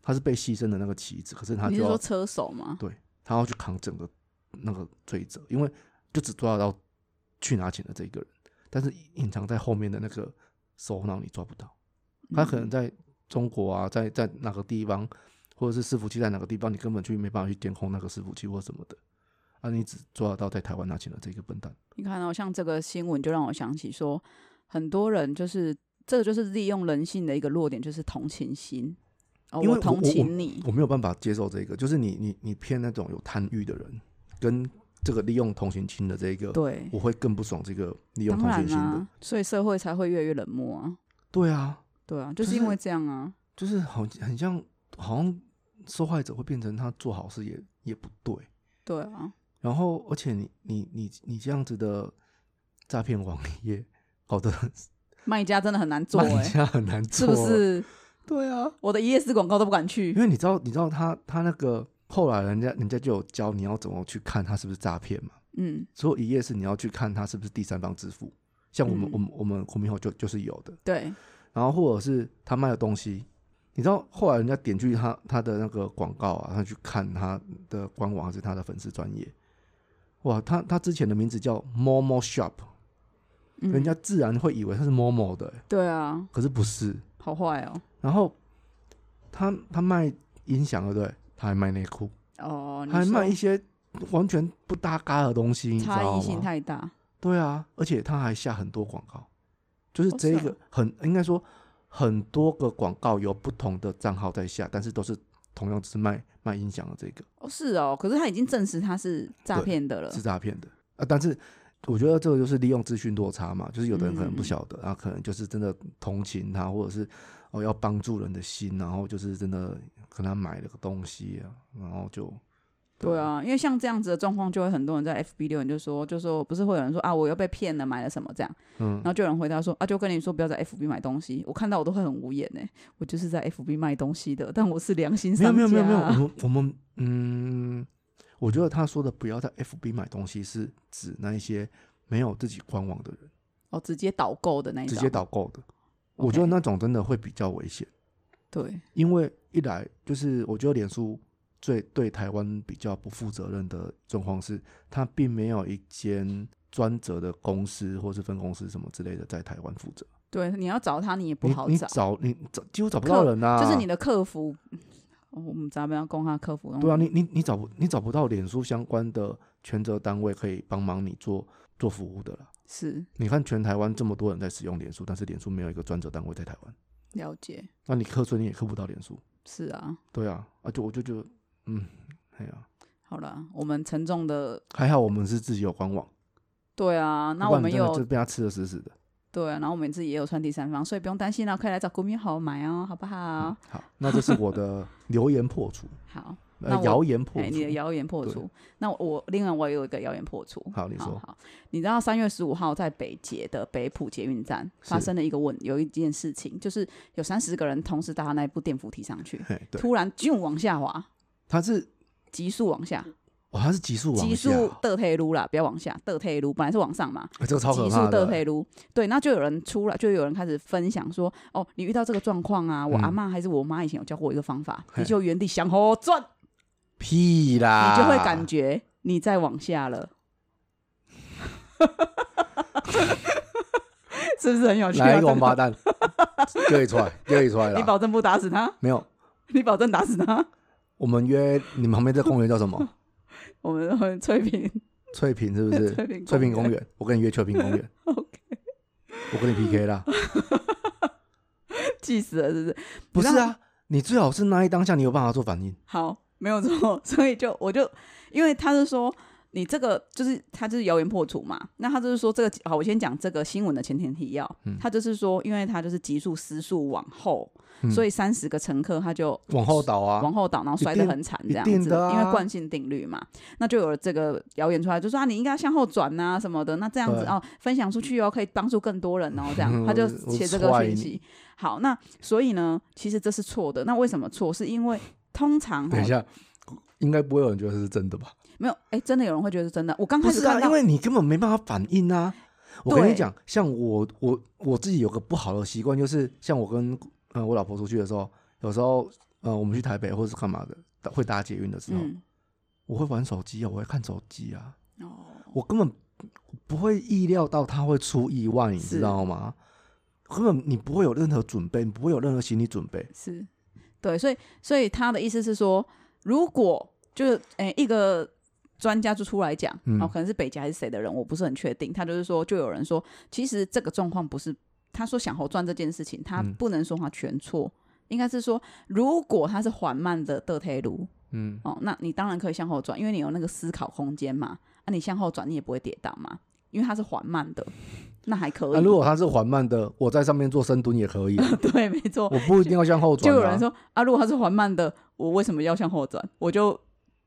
Speaker 1: 他是被牺牲的那个棋子，可是他
Speaker 2: 你
Speaker 1: 就是
Speaker 2: 说
Speaker 1: 要
Speaker 2: 车手吗？
Speaker 1: 他要去扛整个那个罪责，因为就只抓得到去拿钱的这一个人，但是隐藏在后面的那个首脑你抓不到，他可能
Speaker 2: 嗯
Speaker 1: 在中国啊，在在哪个地方，或者是伺服器在哪个地方，你根本去没办法去监控那个伺服器或什么的，啊，你只抓得到在台湾拿钱的这个笨蛋。
Speaker 2: 你看哦，像这个新闻就让我想起说，很多人就是这个就是利用人性的一个弱点，就是同情心。哦，
Speaker 1: 因为
Speaker 2: 我
Speaker 1: 我
Speaker 2: 同
Speaker 1: 我
Speaker 2: 情你，
Speaker 1: 我没有办法接受这个，就是你你你骗那种有贪欲的人，跟这个利用同情心的这个，
Speaker 2: 对，
Speaker 1: 我会更不爽这个利用
Speaker 2: 当
Speaker 1: 同情
Speaker 2: 然
Speaker 1: 心
Speaker 2: 啦、
Speaker 1: 的。
Speaker 2: 所以社会才会越来越冷漠啊。
Speaker 1: 对啊，
Speaker 2: 对啊，就是
Speaker 1: 是
Speaker 2: 因为这样啊。
Speaker 1: 就是好很像，好像受害者会变成他做好事也也不对，
Speaker 2: 对啊，
Speaker 1: 然后而且你你你你这样子的诈骗网 (laughs) 页，好的
Speaker 2: 卖家真的很难做哎、
Speaker 1: 卖家很难
Speaker 2: 是
Speaker 1: 做，
Speaker 2: 不？是？
Speaker 1: 对啊，
Speaker 2: 我的一页式广告都不敢
Speaker 1: 因
Speaker 2: 去。
Speaker 1: 为你知道你知道他他那个后来人家人家就有教你要怎么去看他是不是诈骗嘛，
Speaker 2: 嗯，
Speaker 1: 所以一页是你要去看他是不是第三方支付，像我们、
Speaker 2: 嗯
Speaker 1: 我们我们国民后就就是有的，
Speaker 2: 对，
Speaker 1: 然后或者是他卖的东西，你知道后来人家点去他他的那个广告啊，他去看他的官网还是他的粉丝专业，哇，他他之前的名字叫 Momo Shop，、
Speaker 2: 嗯
Speaker 1: 人家自然会以为他是 Momo 的、欸
Speaker 2: 对啊，
Speaker 1: 可是不是。
Speaker 2: 好坏哦。
Speaker 1: 然后他他卖音响对不对？他还卖内裤，
Speaker 2: 哦，你
Speaker 1: 还
Speaker 2: 说
Speaker 1: 卖一些完全不搭嘎的东西，你知
Speaker 2: 差
Speaker 1: 道
Speaker 2: 异性
Speaker 1: 吗？
Speaker 2: 太大。
Speaker 1: 对啊，而且他还下很多广告，就是
Speaker 2: 哦
Speaker 1: 这
Speaker 2: 是
Speaker 1: 一
Speaker 2: 啊
Speaker 1: 个很应该说很多个广告有不同的账号在下，但是都是同样只是卖卖音响的这个
Speaker 2: 哦，是哦，可是他已经证实他是诈
Speaker 1: 对
Speaker 2: 骗的了
Speaker 1: 是。诈骗的啊，但是。我觉得这个就是利用资讯落差嘛，就是有的人可能不
Speaker 2: 嗯
Speaker 1: 晓得，啊，可能就是真的同情他，或者是哦要帮助人的心，然后就是真的可能他买了个东西啊，然后就
Speaker 2: 对，啊，因为像这样子的状况，就会很多人在 FB 留言就说，就说不是会有人说啊，我又被骗了，买了什么这样，
Speaker 1: 嗯
Speaker 2: 然，后就有人回答说啊，就跟你说不要在 FB 买东西，我看到我都会很无言呢、我就是在 FB 卖东西的，但我是良心
Speaker 1: 没有没
Speaker 2: 商家
Speaker 1: 有没
Speaker 2: 啊、
Speaker 1: 有没有，我们我们嗯，我觉得他说的不要在 FB 买东西，是指那一些没有自己官网的人
Speaker 2: 哦，直接导购的那一种，
Speaker 1: 直接导购的，我觉得那种真的会比较危险，
Speaker 2: 对，
Speaker 1: 因为一来就是我觉得脸书最对台湾比较不负责任的状况是，它并没有一间专责的公司或是分公司什么之类的在台湾负责，
Speaker 2: 对，你要找他你也不
Speaker 1: 你
Speaker 2: 好
Speaker 1: 你
Speaker 2: 找，
Speaker 1: 找你找几乎找不
Speaker 2: 客
Speaker 1: 到人啊，
Speaker 2: 就是你的客服，哦我们咱们要供他客服，
Speaker 1: 对啊，你你你找不你找不到脸书相关的全责单位可以帮忙你做做服务的啦。
Speaker 2: 是
Speaker 1: 你看全台湾这么多人在使用脸书，但是脸书没有一个专责单位在台湾，
Speaker 2: 了解，
Speaker 1: 那你课税你也课不到脸书。
Speaker 2: 是啊，
Speaker 1: 对啊，啊就我就觉得，嗯，哎呀、
Speaker 2: 好了，我们沉重的，
Speaker 1: 还好我们是自己有官网，
Speaker 2: 对啊，那
Speaker 1: 不
Speaker 2: 我
Speaker 1: 然
Speaker 2: 们
Speaker 1: 真的
Speaker 2: 有
Speaker 1: 就被他吃的死死的。
Speaker 2: 对，然后我们自己也有穿第三方，所以不用担心啦，可以来找国民好买哦，好不好？
Speaker 1: 嗯好，那这是我的留言破除，
Speaker 2: 好， (laughs) 那
Speaker 1: 呃，
Speaker 2: 我
Speaker 1: 谣言破
Speaker 2: 哎，你的
Speaker 1: 除。
Speaker 2: 谣言破
Speaker 1: 对
Speaker 2: 除。那我我另外我有一个谣言破除。
Speaker 1: 好你说
Speaker 2: 好你知道三月十五号在北捷的北浦捷运站发
Speaker 1: 是
Speaker 2: 生了一个问，有一件事情，就是有三十个人同时搭那一部电扶梯上去，
Speaker 1: 嘿，对，
Speaker 2: 突然就往下滑，
Speaker 1: 他是
Speaker 2: 急速往下，
Speaker 1: 哦，他是急速往
Speaker 2: 急
Speaker 1: 下
Speaker 2: 速，的退路啦，不要往下，的退路本来是往上嘛，
Speaker 1: 哎这个超可
Speaker 2: 急
Speaker 1: 怕
Speaker 2: 速的
Speaker 1: 的。
Speaker 2: 退路，对，那就有人出来，就有人开始分享说，哦，你遇到这个状况啊，我
Speaker 1: 嗯
Speaker 2: 阿妈还是我妈以前有教过我一个方法，
Speaker 1: 嘿
Speaker 2: 你就原地向后转，
Speaker 1: 屁啦！
Speaker 2: 你就会
Speaker 1: 啊
Speaker 2: 感觉你再往下了。 (laughs) 是不是很有趣、啊？
Speaker 1: 来一个王
Speaker 2: 这
Speaker 1: 八蛋，又一出来，又一出来
Speaker 2: (laughs) 你
Speaker 1: 了。
Speaker 2: 保证不打死他？ (laughs)
Speaker 1: 没有，
Speaker 2: 你保证打死他？ (laughs)
Speaker 1: 我们约你们旁边这公园叫什么？
Speaker 2: 我们会翠屏
Speaker 1: 翠屏是不是？
Speaker 2: 翠屏
Speaker 1: 翠屏公
Speaker 2: 园。
Speaker 1: 园，我跟你约翠屏公园，
Speaker 2: (laughs) OK，
Speaker 1: 我跟你 PK
Speaker 2: (laughs)
Speaker 1: 啦。
Speaker 2: (laughs) 气死了，是不是？
Speaker 1: 不
Speaker 2: 知
Speaker 1: 是
Speaker 2: 道
Speaker 1: 啊，你最好是那一当下你有办法做反应。
Speaker 2: 好，没有错， (laughs) 所以就我就因为他是说你这个就是他就是谣言破除嘛，那他就是说这个好，我先讲这个新闻的前前提要，
Speaker 1: 嗯
Speaker 2: 他就是说，因为他就是急速失速往后，
Speaker 1: 嗯
Speaker 2: 所以三十个乘客他就
Speaker 1: 往后倒啊
Speaker 2: 往，后倒，然后摔得很惨
Speaker 1: 一
Speaker 2: 这
Speaker 1: 定
Speaker 2: 样
Speaker 1: 一
Speaker 2: 子，
Speaker 1: 定的啊
Speaker 2: 因为惯性定律嘛，那就有了这个谣言出来，就说啊你应该向后转呐、什么的，那这样子
Speaker 1: 对嗯
Speaker 2: 哦，分享出去哦，可以帮助更多人哦，这样
Speaker 1: 我
Speaker 2: 他就写这
Speaker 1: 我
Speaker 2: 个
Speaker 1: 踹
Speaker 2: 讯
Speaker 1: 你
Speaker 2: 息。好，那所以呢，其实这是错的。那为什么错？是因为通常哦
Speaker 1: 等一下，应该不会有人觉得是真的吧？
Speaker 2: 没有，哎，真的有人会觉得是真的。我刚
Speaker 1: 不
Speaker 2: 开始
Speaker 1: 是
Speaker 2: 看
Speaker 1: 啊，
Speaker 2: 到，
Speaker 1: 因为你根本没办法反应啊。我跟
Speaker 2: 对
Speaker 1: 你讲，像我我我自己有个不好的习惯，就是像我跟呃我老婆出去的时候，有时候呃我们去台北或是干嘛的，搭会搭捷运的时候，
Speaker 2: 嗯，
Speaker 1: 我会玩手机啊，我会看手机啊，
Speaker 2: 哦，
Speaker 1: 我根本不会意料到它会出意外，你
Speaker 2: 是
Speaker 1: 知道吗？根本你不会有任何准备，你不会有任何心理准备。
Speaker 2: 是，对，所以所以他的意思是说，如果就是哎一个。专家就出来讲，
Speaker 1: 嗯
Speaker 2: 哦，可能是北极还是谁的人，我不是很确定。他就是说，就有人说，其实这个状况不是他说想猴赚这件事情，他
Speaker 1: 嗯
Speaker 2: 不能说他全错，应该是说，如果他是缓慢的的推路，
Speaker 1: 嗯，
Speaker 2: 哦，那你当然可以向后转，因为你有那个思考空间嘛。那、啊、你向后转，你也不会跌倒嘛，因为它是缓慢的，那还可以。
Speaker 1: 那、啊如果它是缓慢的，我在上面做深蹲也可以啊、
Speaker 2: (laughs) 对，没错。
Speaker 1: 我不一定要向后
Speaker 2: 就
Speaker 1: 转、啊。
Speaker 2: 有人说啊，如果它是缓慢的，我为什么要向后转？我就、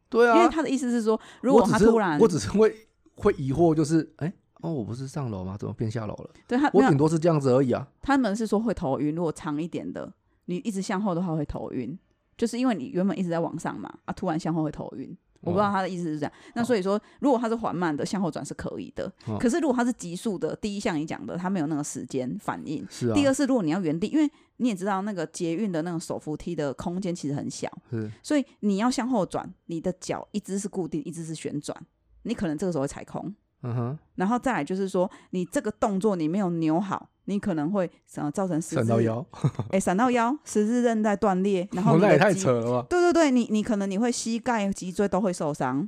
Speaker 1: 对啊，
Speaker 2: 因为他的意思是说，如
Speaker 1: 我
Speaker 2: 果
Speaker 1: 只
Speaker 2: 他
Speaker 1: 是
Speaker 2: 突然
Speaker 1: 我只是会会疑惑，就是哎、哦，我不是上楼吗？怎么变下楼了？
Speaker 2: 对他
Speaker 1: 我
Speaker 2: 啊没有
Speaker 1: 顶多是这样子而已啊。
Speaker 2: 他们是说会头晕，如果长一点的，你一直向后的话会头晕，就是因为你原本一直在往上嘛，啊，突然向后会头晕。我不知道他的意思是这样。那所以说，如果他是缓慢的向后转是可以的，
Speaker 1: 哦
Speaker 2: 可是如果他是急速的，第一像你讲的，他没有那个时间反应。
Speaker 1: 是啊，
Speaker 2: 第二是，如果你要原地，因为你也知道那个捷运的那种手扶梯的空间其实很小，
Speaker 1: 是
Speaker 2: 所以你要向后转，你的脚一只是固定，一只是旋转，你可能这个时候会踩空。
Speaker 1: 嗯哼，
Speaker 2: 然后再来就是说，你这个动作你没有扭好，你可能会呃造成十字
Speaker 1: 闪到，腰，
Speaker 2: 哎，闪到腰，十字韧带断裂，然后
Speaker 1: 哦
Speaker 2: 你
Speaker 1: (laughs) 那
Speaker 2: 的
Speaker 1: 也太
Speaker 2: 肌
Speaker 1: 扯。了吧！
Speaker 2: 对对对，你你可能你会膝盖、脊椎都会受伤。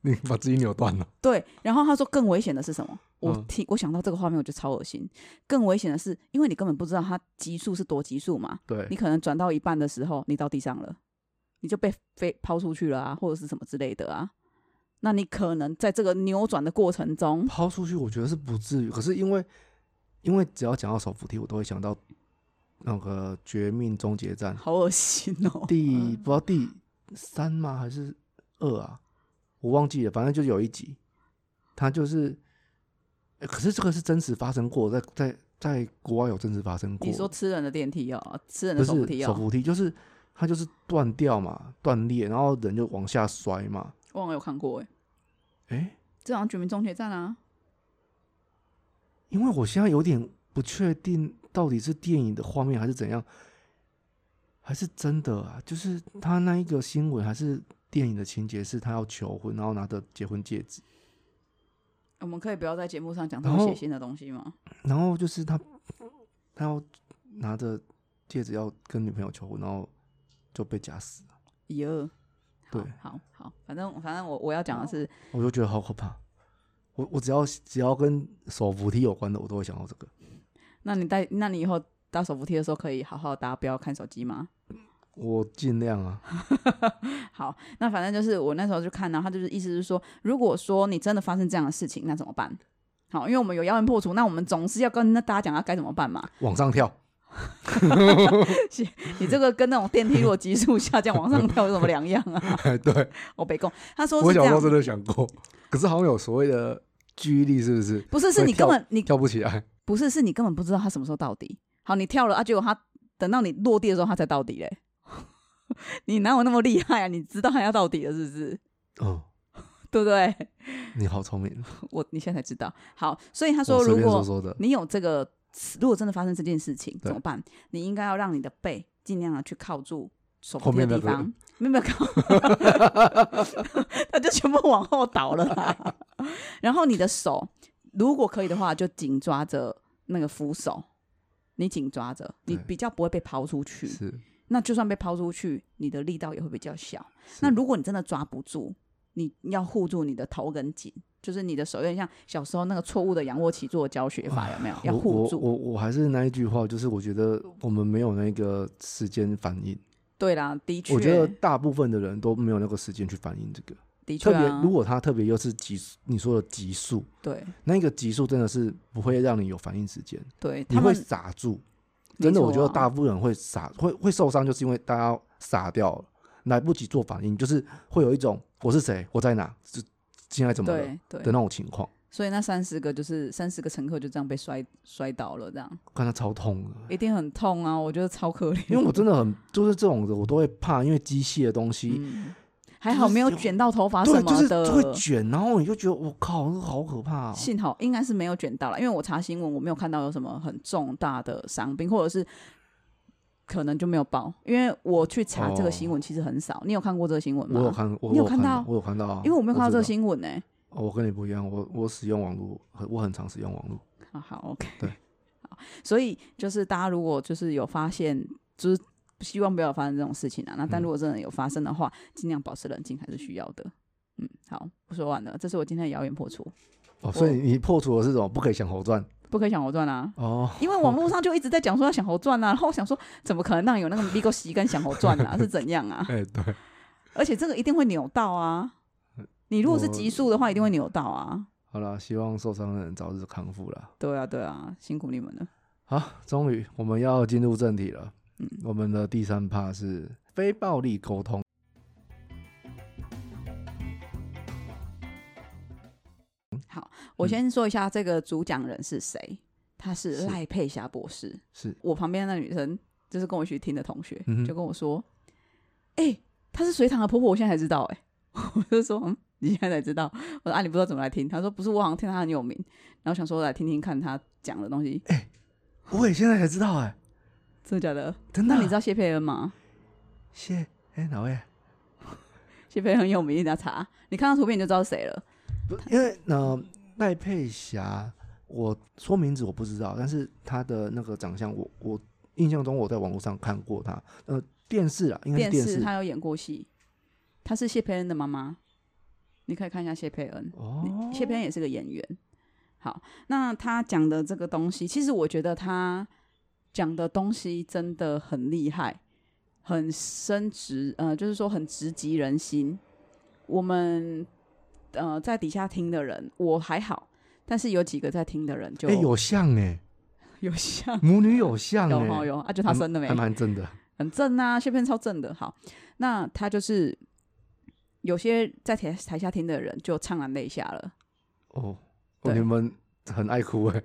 Speaker 1: 你把自己扭断
Speaker 2: (laughs)
Speaker 1: 了，
Speaker 2: 对，然后他说更危险的是什么？我
Speaker 1: 嗯
Speaker 2: 听、我想到这个画面我就超恶心。更危险的是，因为你根本不知道它极速是多极速嘛，
Speaker 1: 对
Speaker 2: 你，可能转到一半的时候，你到地上了，你就被飞抛出去了啊，或者是什么之类的啊。那你可能在这个扭转的过程中，
Speaker 1: 抛出去我觉得是不至于，可是因为因为只要讲到手扶梯，我都会想到那个《绝命终结站》
Speaker 2: 好恶心哦。
Speaker 1: (laughs) 第不知道第三吗还是二啊，我忘记了，反正就有一集，他就是，欸可是这个是真实发生过，在在在国外有真实发生过。
Speaker 2: 你说吃人的电梯哦，吃人
Speaker 1: 不
Speaker 2: 的手扶
Speaker 1: 是
Speaker 2: 梯
Speaker 1: 手
Speaker 2: 哦，
Speaker 1: 扶梯，就是它就是断掉嘛，断裂，然后人就往下摔嘛。
Speaker 2: 忘了有看过哎，
Speaker 1: 哎、
Speaker 2: 这好像《绝命终结站》啊，
Speaker 1: 因为我现在有点不确定到底是电影的画面还是怎样，还是真的啊？就是他那一个新闻还是电影的情节是他要求婚，然后拿着结婚戒指，
Speaker 2: 我们可以不要在节目上讲这么
Speaker 1: 然后
Speaker 2: 血腥的东西吗？
Speaker 1: 然后就是他他要拿着戒指要跟女朋友求婚，然后就被夹死了，
Speaker 2: 一二，好
Speaker 1: 对
Speaker 2: 好好，反正反正我我要讲的是，
Speaker 1: 我就觉得好可怕。我我只要只要跟手扶梯有关的，我都会想到这个。
Speaker 2: 那你带，那你以后搭手扶梯的时候可以好好搭，不要看手机吗？
Speaker 1: 我尽量啊，
Speaker 2: 好，那反正就是我那时候就看到他就是意思是说，如果说你真的发生这样的事情，那怎么办？好，因为我们有谣言破除，那我们总是要跟那大家讲要该怎么
Speaker 1: (laughs)
Speaker 2: 办嘛。
Speaker 1: 往上跳，
Speaker 2: 你这个跟那种电梯如果急速下降往上跳有什么两样啊？
Speaker 1: 对
Speaker 2: 我北贡，他说
Speaker 1: 我
Speaker 2: 是
Speaker 1: 小时
Speaker 2: 这
Speaker 1: 候
Speaker 2: 样，
Speaker 1: 真的想过，可是好像有所谓的居力，是不是？
Speaker 2: 不是是你根本你
Speaker 1: 跳不起来，
Speaker 2: 不是是你根本不知道他什么时候到底。好，你跳了啊，结果他等到你落地的时候他才到底嘞。 (laughs) 你哪有那么厉害啊？你知道他要到底了是不是？
Speaker 1: 嗯，
Speaker 2: 对不对？
Speaker 1: 你好聪明。
Speaker 2: 我你现在才知道。好，所以他
Speaker 1: 他
Speaker 2: 说如
Speaker 1: 随
Speaker 2: 果
Speaker 1: 便说说的，
Speaker 2: 你有这个，如果真的发生这件事情
Speaker 1: 对
Speaker 2: 怎么办？你应该要让你的背尽量的去靠住手
Speaker 1: 后
Speaker 2: 扶梯
Speaker 1: 面
Speaker 2: 的
Speaker 1: 的
Speaker 2: 地方
Speaker 1: 人，
Speaker 2: 没有没有靠， (laughs) 他就全部往后倒了啦。然后你的手如果可以的话，就紧抓着那个扶手，你紧抓着，你
Speaker 1: 对
Speaker 2: 比较不会被抛出去。
Speaker 1: 是
Speaker 2: 那就算被抛出去，你的力道也会比较小。
Speaker 1: 是
Speaker 2: 那如果你真的抓不住，你要护住你的头跟颈，就是你的手有点像小时候那个错误的仰卧起坐的教学法，有没有？要
Speaker 1: 啊我
Speaker 2: 护
Speaker 1: 我
Speaker 2: 住。
Speaker 1: 我我还是那一句话，就是我觉得我们没有那个时间反应，
Speaker 2: 对啦，的确，
Speaker 1: 我觉得大部分的人都没有那个时间去反应这个。
Speaker 2: 的
Speaker 1: 特
Speaker 2: 确、
Speaker 1: 别
Speaker 2: 啊，
Speaker 1: 如果他特别又是急速，你说的急速，
Speaker 2: 对
Speaker 1: 那个急速真的是不会让你有反应时间，
Speaker 2: 对，
Speaker 1: 你
Speaker 2: 他
Speaker 1: 会
Speaker 2: 们
Speaker 1: 傻住。
Speaker 2: 没
Speaker 1: 真的，
Speaker 2: 错
Speaker 1: 我觉得
Speaker 2: 啊
Speaker 1: 大部分人会傻，会会受伤，就是因为大家傻掉了，来不及做反应，就是会有一种我是谁，我在哪，这现在怎么了
Speaker 2: 对对
Speaker 1: 的那种情况，
Speaker 2: 所以那三十个就是三十个乘客就这样被摔摔倒了，这样
Speaker 1: 看他超痛
Speaker 2: (laughs)
Speaker 1: 的。
Speaker 2: 一定很痛啊！我觉得超可怜，
Speaker 1: 因为我真的很就是这种的，我都会怕，因为机械的东西，
Speaker 2: 嗯、还好没有卷到头发什
Speaker 1: 对，就
Speaker 2: 么
Speaker 1: 是
Speaker 2: 的，
Speaker 1: 就会卷，然后你就觉得我靠，这个好可怕、哦。
Speaker 2: 幸好应该是没有卷到了，因为我查新闻，我没有看到有什么很重大的伤病，或者是可能就没有报。因为我去查这个新闻其实很少，你有看过这个新闻吗？
Speaker 1: 我有看，我
Speaker 2: 你有
Speaker 1: 我
Speaker 2: 看到
Speaker 1: 我有看到啊，
Speaker 2: 因为我没有看到这个
Speaker 1: 知道
Speaker 2: 新闻呢、
Speaker 1: 哦我跟你不一样，我我使用网络，很我很常使用网络。
Speaker 2: 啊，好，OK，
Speaker 1: 对
Speaker 2: 好，所以就是大家如果就是有发现，就是希望不要发生这种事情啊。那但
Speaker 1: 嗯
Speaker 2: 如果真的有发生的话，尽量保持冷静还是需要的。嗯，好，我说完了，这是我今天的谣言破除，
Speaker 1: 哦，所以你破除的是什么？不可以想猴钻
Speaker 2: 不可以想猴钻啊。
Speaker 1: 哦。
Speaker 2: 因为网络上就一直在讲说要想猴钻啊， (laughs) 然后我想说怎么可能让有那个 Bigo 席跟想猴钻
Speaker 1: (laughs)
Speaker 2: 啊，是怎样啊？
Speaker 1: 哎、对，
Speaker 2: 而且这个一定会扭到啊，你如果是极速的话，一定会扭到啊。
Speaker 1: 好了，希望受伤的人早日康复了。
Speaker 2: 对啊，对啊，辛苦你们了。
Speaker 1: 好，终于我们要进入正题了。
Speaker 2: 嗯
Speaker 1: 我们的第三趴是非暴力沟通。嗯
Speaker 2: 我先说一下这个主讲人是谁，他
Speaker 1: 是
Speaker 2: 是赖佩霞博士。
Speaker 1: 是
Speaker 2: 我旁边那女生就是跟我一起听的同学，
Speaker 1: 嗯哼
Speaker 2: 就跟我说：“哎、她是隋唐的婆婆，我现在才知道、欸。”哎， (laughs) 我就说：“嗯，你现在才知道？”我说：“啊，你不知道怎么来听？”她说：“不是，我好像听她很有名，然后想说来听听看她讲的东西，
Speaker 1: 我也现在才知道、哎，
Speaker 2: 真的假的？
Speaker 1: 真的、啊
Speaker 2: 那你知道谢佩恩吗？
Speaker 1: 谢哎、哪位？
Speaker 2: 谢佩恩很有名，你要查，你看到图片你就知道是谁了。
Speaker 1: 不因为呃，赖佩霞，我说名字我不知道，但是她的那个长相，我我印象中我在网络上看过她，呃，电视啊，应该是
Speaker 2: 电
Speaker 1: 电
Speaker 2: 视
Speaker 1: 视。
Speaker 2: 她有演过戏，她是谢佩恩的妈妈，你可以看一下谢佩恩。
Speaker 1: 哦，
Speaker 2: 谢佩恩也是个演员。好，那他讲的这个东西，其实我觉得他讲的东西真的很厉害，很深植，呃，就是说很直击人心。我们呃在底下听的人，我还好，但是有几个在听的人就
Speaker 1: 哎、有像哎、
Speaker 2: 有像
Speaker 1: 母女有像
Speaker 2: 有
Speaker 1: 哎、
Speaker 2: 哈有啊，就他
Speaker 1: 还蛮
Speaker 2: 生的没
Speaker 1: 还？蛮正的。
Speaker 2: 很正啊，谢片超正的。好，那他就是有些在台台下听的人就怅然泪下了。
Speaker 1: 哦，哦
Speaker 2: 对
Speaker 1: 你们很爱哭哎、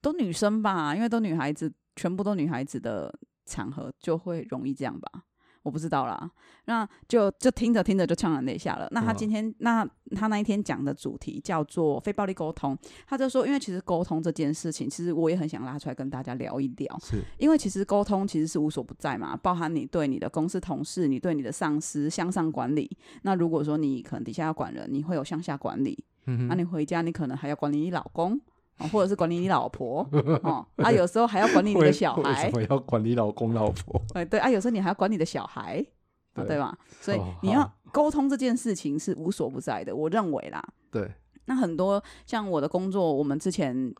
Speaker 2: 都女生吧，因为都女孩子，全部都女孩子的场合就会容易这样吧，我不知道啦。那就就听着听着就怅然泪下了。那他
Speaker 1: 嗯
Speaker 2: 今天，那他那一天讲的主题叫做非暴力沟通，他就说，因为其实沟通这件事情，其实我也很想拉出来跟大家聊一聊， (laughs)
Speaker 1: 是
Speaker 2: 因为其实沟通其实是无所不在嘛，包含你对你的公司同事，你对你的上司向上管理。那如果说你可能底下要管人，你会有向下管理，
Speaker 1: 嗯
Speaker 2: 啊，
Speaker 1: 哼，
Speaker 2: 你回家你可能还要管理你老公，哦、或者是管理你老婆，哦，啊，有时候还要管理你
Speaker 1: 为
Speaker 2: 的小
Speaker 1: 为
Speaker 2: 孩
Speaker 1: 什，么要管你老公老婆？
Speaker 2: 哎，对啊，有时候你还要管你的小孩，啊、
Speaker 1: 对
Speaker 2: 对吧？所以
Speaker 1: 哦
Speaker 2: 你要
Speaker 1: 好
Speaker 2: 沟通这件事情是无所不在的，我认为啦。
Speaker 1: 对，
Speaker 2: 那很多像我的工作，我们之前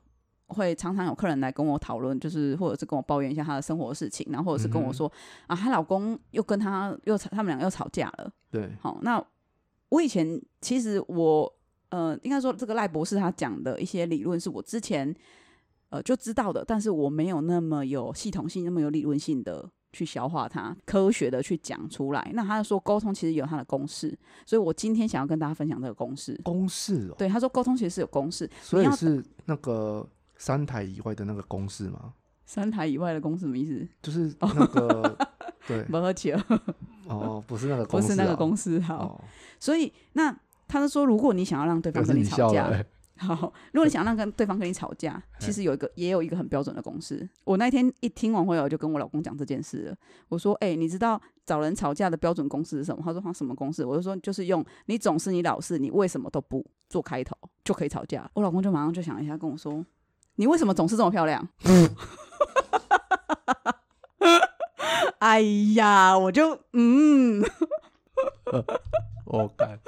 Speaker 2: 会常常有客人来跟我讨论，就是或者是跟我抱怨一下她的生活事情，然后或者是跟
Speaker 1: 嗯
Speaker 2: 我
Speaker 1: 哼
Speaker 2: 说、啊，她老公又跟她又吵，他们俩又吵架了。
Speaker 1: 对，
Speaker 2: 好，那我以前其实我呃，应该说这个赖博士他讲的一些理论是我之前呃就知道的，但是我没有那么有系统性、那么有理论性的去消化它，科学的去讲出来。那他说沟通其实有它的公式，所以我今天想要跟大家分享这个公式。
Speaker 1: 公式哦，
Speaker 2: 对，他说沟通其实是有公式，
Speaker 1: 所以
Speaker 2: 要
Speaker 1: 是那个三台以外的那个公式吗？
Speaker 2: 三台以外的公式什么意思？
Speaker 1: 就是
Speaker 2: 哦
Speaker 1: 那个对
Speaker 2: 不合起了，
Speaker 1: 哦，不是那个
Speaker 2: 不
Speaker 1: 哎公式啊，
Speaker 2: 是那个公
Speaker 1: 式
Speaker 2: 式。好，
Speaker 1: 哦，
Speaker 2: 所以那他就说，如果你想要让对方
Speaker 1: 可是
Speaker 2: 跟
Speaker 1: 你
Speaker 2: 吵
Speaker 1: 笑
Speaker 2: 架
Speaker 1: 了，，哎
Speaker 2: 好，如果你想让跟对方跟你吵架，其实有一个也有一个很标准的公式。我那天一听完回来，我就跟我老公讲这件事了。我说：“哎、你知道找人吵架的标准公式是什么？”他说：“他什么公式？”我就说：“就是用你总是你老是，你为什么都不做开头就可以吵架。”我老公就马上就想了一下，跟我说：“你为什么总是这么漂亮？ (laughs) 哎呀，我就嗯，
Speaker 1: 我干，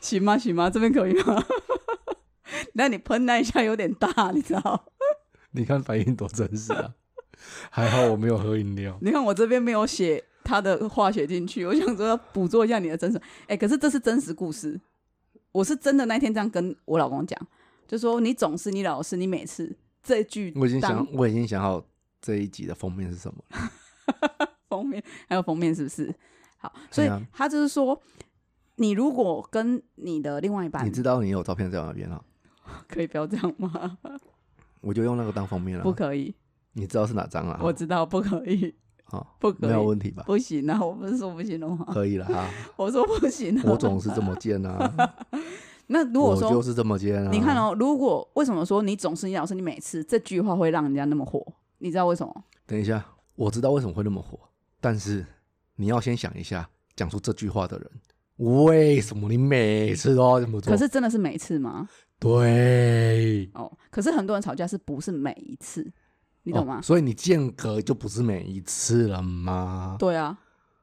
Speaker 2: 行吗？行吗？这边可以吗？ (laughs) 那你喷那一下有点大，你知道？
Speaker 1: 你看反应多真实啊！ (laughs) 还好我没有喝饮料。
Speaker 2: 你看我这边没有写他的化学进去，我想说要捕捉一下你的真实。哎、可是这是真实故事，我是真的那天这样跟我老公讲，就说你总是你老是你每次这句
Speaker 1: 我已经
Speaker 2: 当
Speaker 1: 想，我已经想好这一集的封面是什么了。
Speaker 2: 封面，还有封面是不是？好，所以
Speaker 1: 对啊
Speaker 2: 他就是说，你如果跟你的另外一半
Speaker 1: 你，知道啊你有照片在我那边啊，
Speaker 2: 可以不要这样吗？
Speaker 1: 我就用那个当封面了啊
Speaker 2: 不。可以，
Speaker 1: 你知道是哪张啊？
Speaker 2: 我知道不可以，
Speaker 1: 啊，
Speaker 2: 不可
Speaker 1: 没有
Speaker 2: 以，
Speaker 1: 问题吧？
Speaker 2: 不行啊！我不是说不行了吗？
Speaker 1: 可以了
Speaker 2: (laughs)
Speaker 1: 啊，
Speaker 2: 我说不行啊！
Speaker 1: 我总是这么贱啊，
Speaker 2: 那 (laughs) 如
Speaker 1: 我
Speaker 2: 果说
Speaker 1: 就是这么贱啊。
Speaker 2: 你看，哦，如果为什么说你总是你老师，你每次这句话会让人家那么火？你知道为什么？
Speaker 1: 等一下，我知道为什么会那么火，但是你要先想一下，讲出这句话的人，为什么你每次都要这么做？
Speaker 2: 可是真的是每次吗？
Speaker 1: 对，
Speaker 2: 哦，可是很多人吵架是不是每一次？你懂吗
Speaker 1: 哦？所以你间隔就不是每一次了吗？
Speaker 2: 对啊，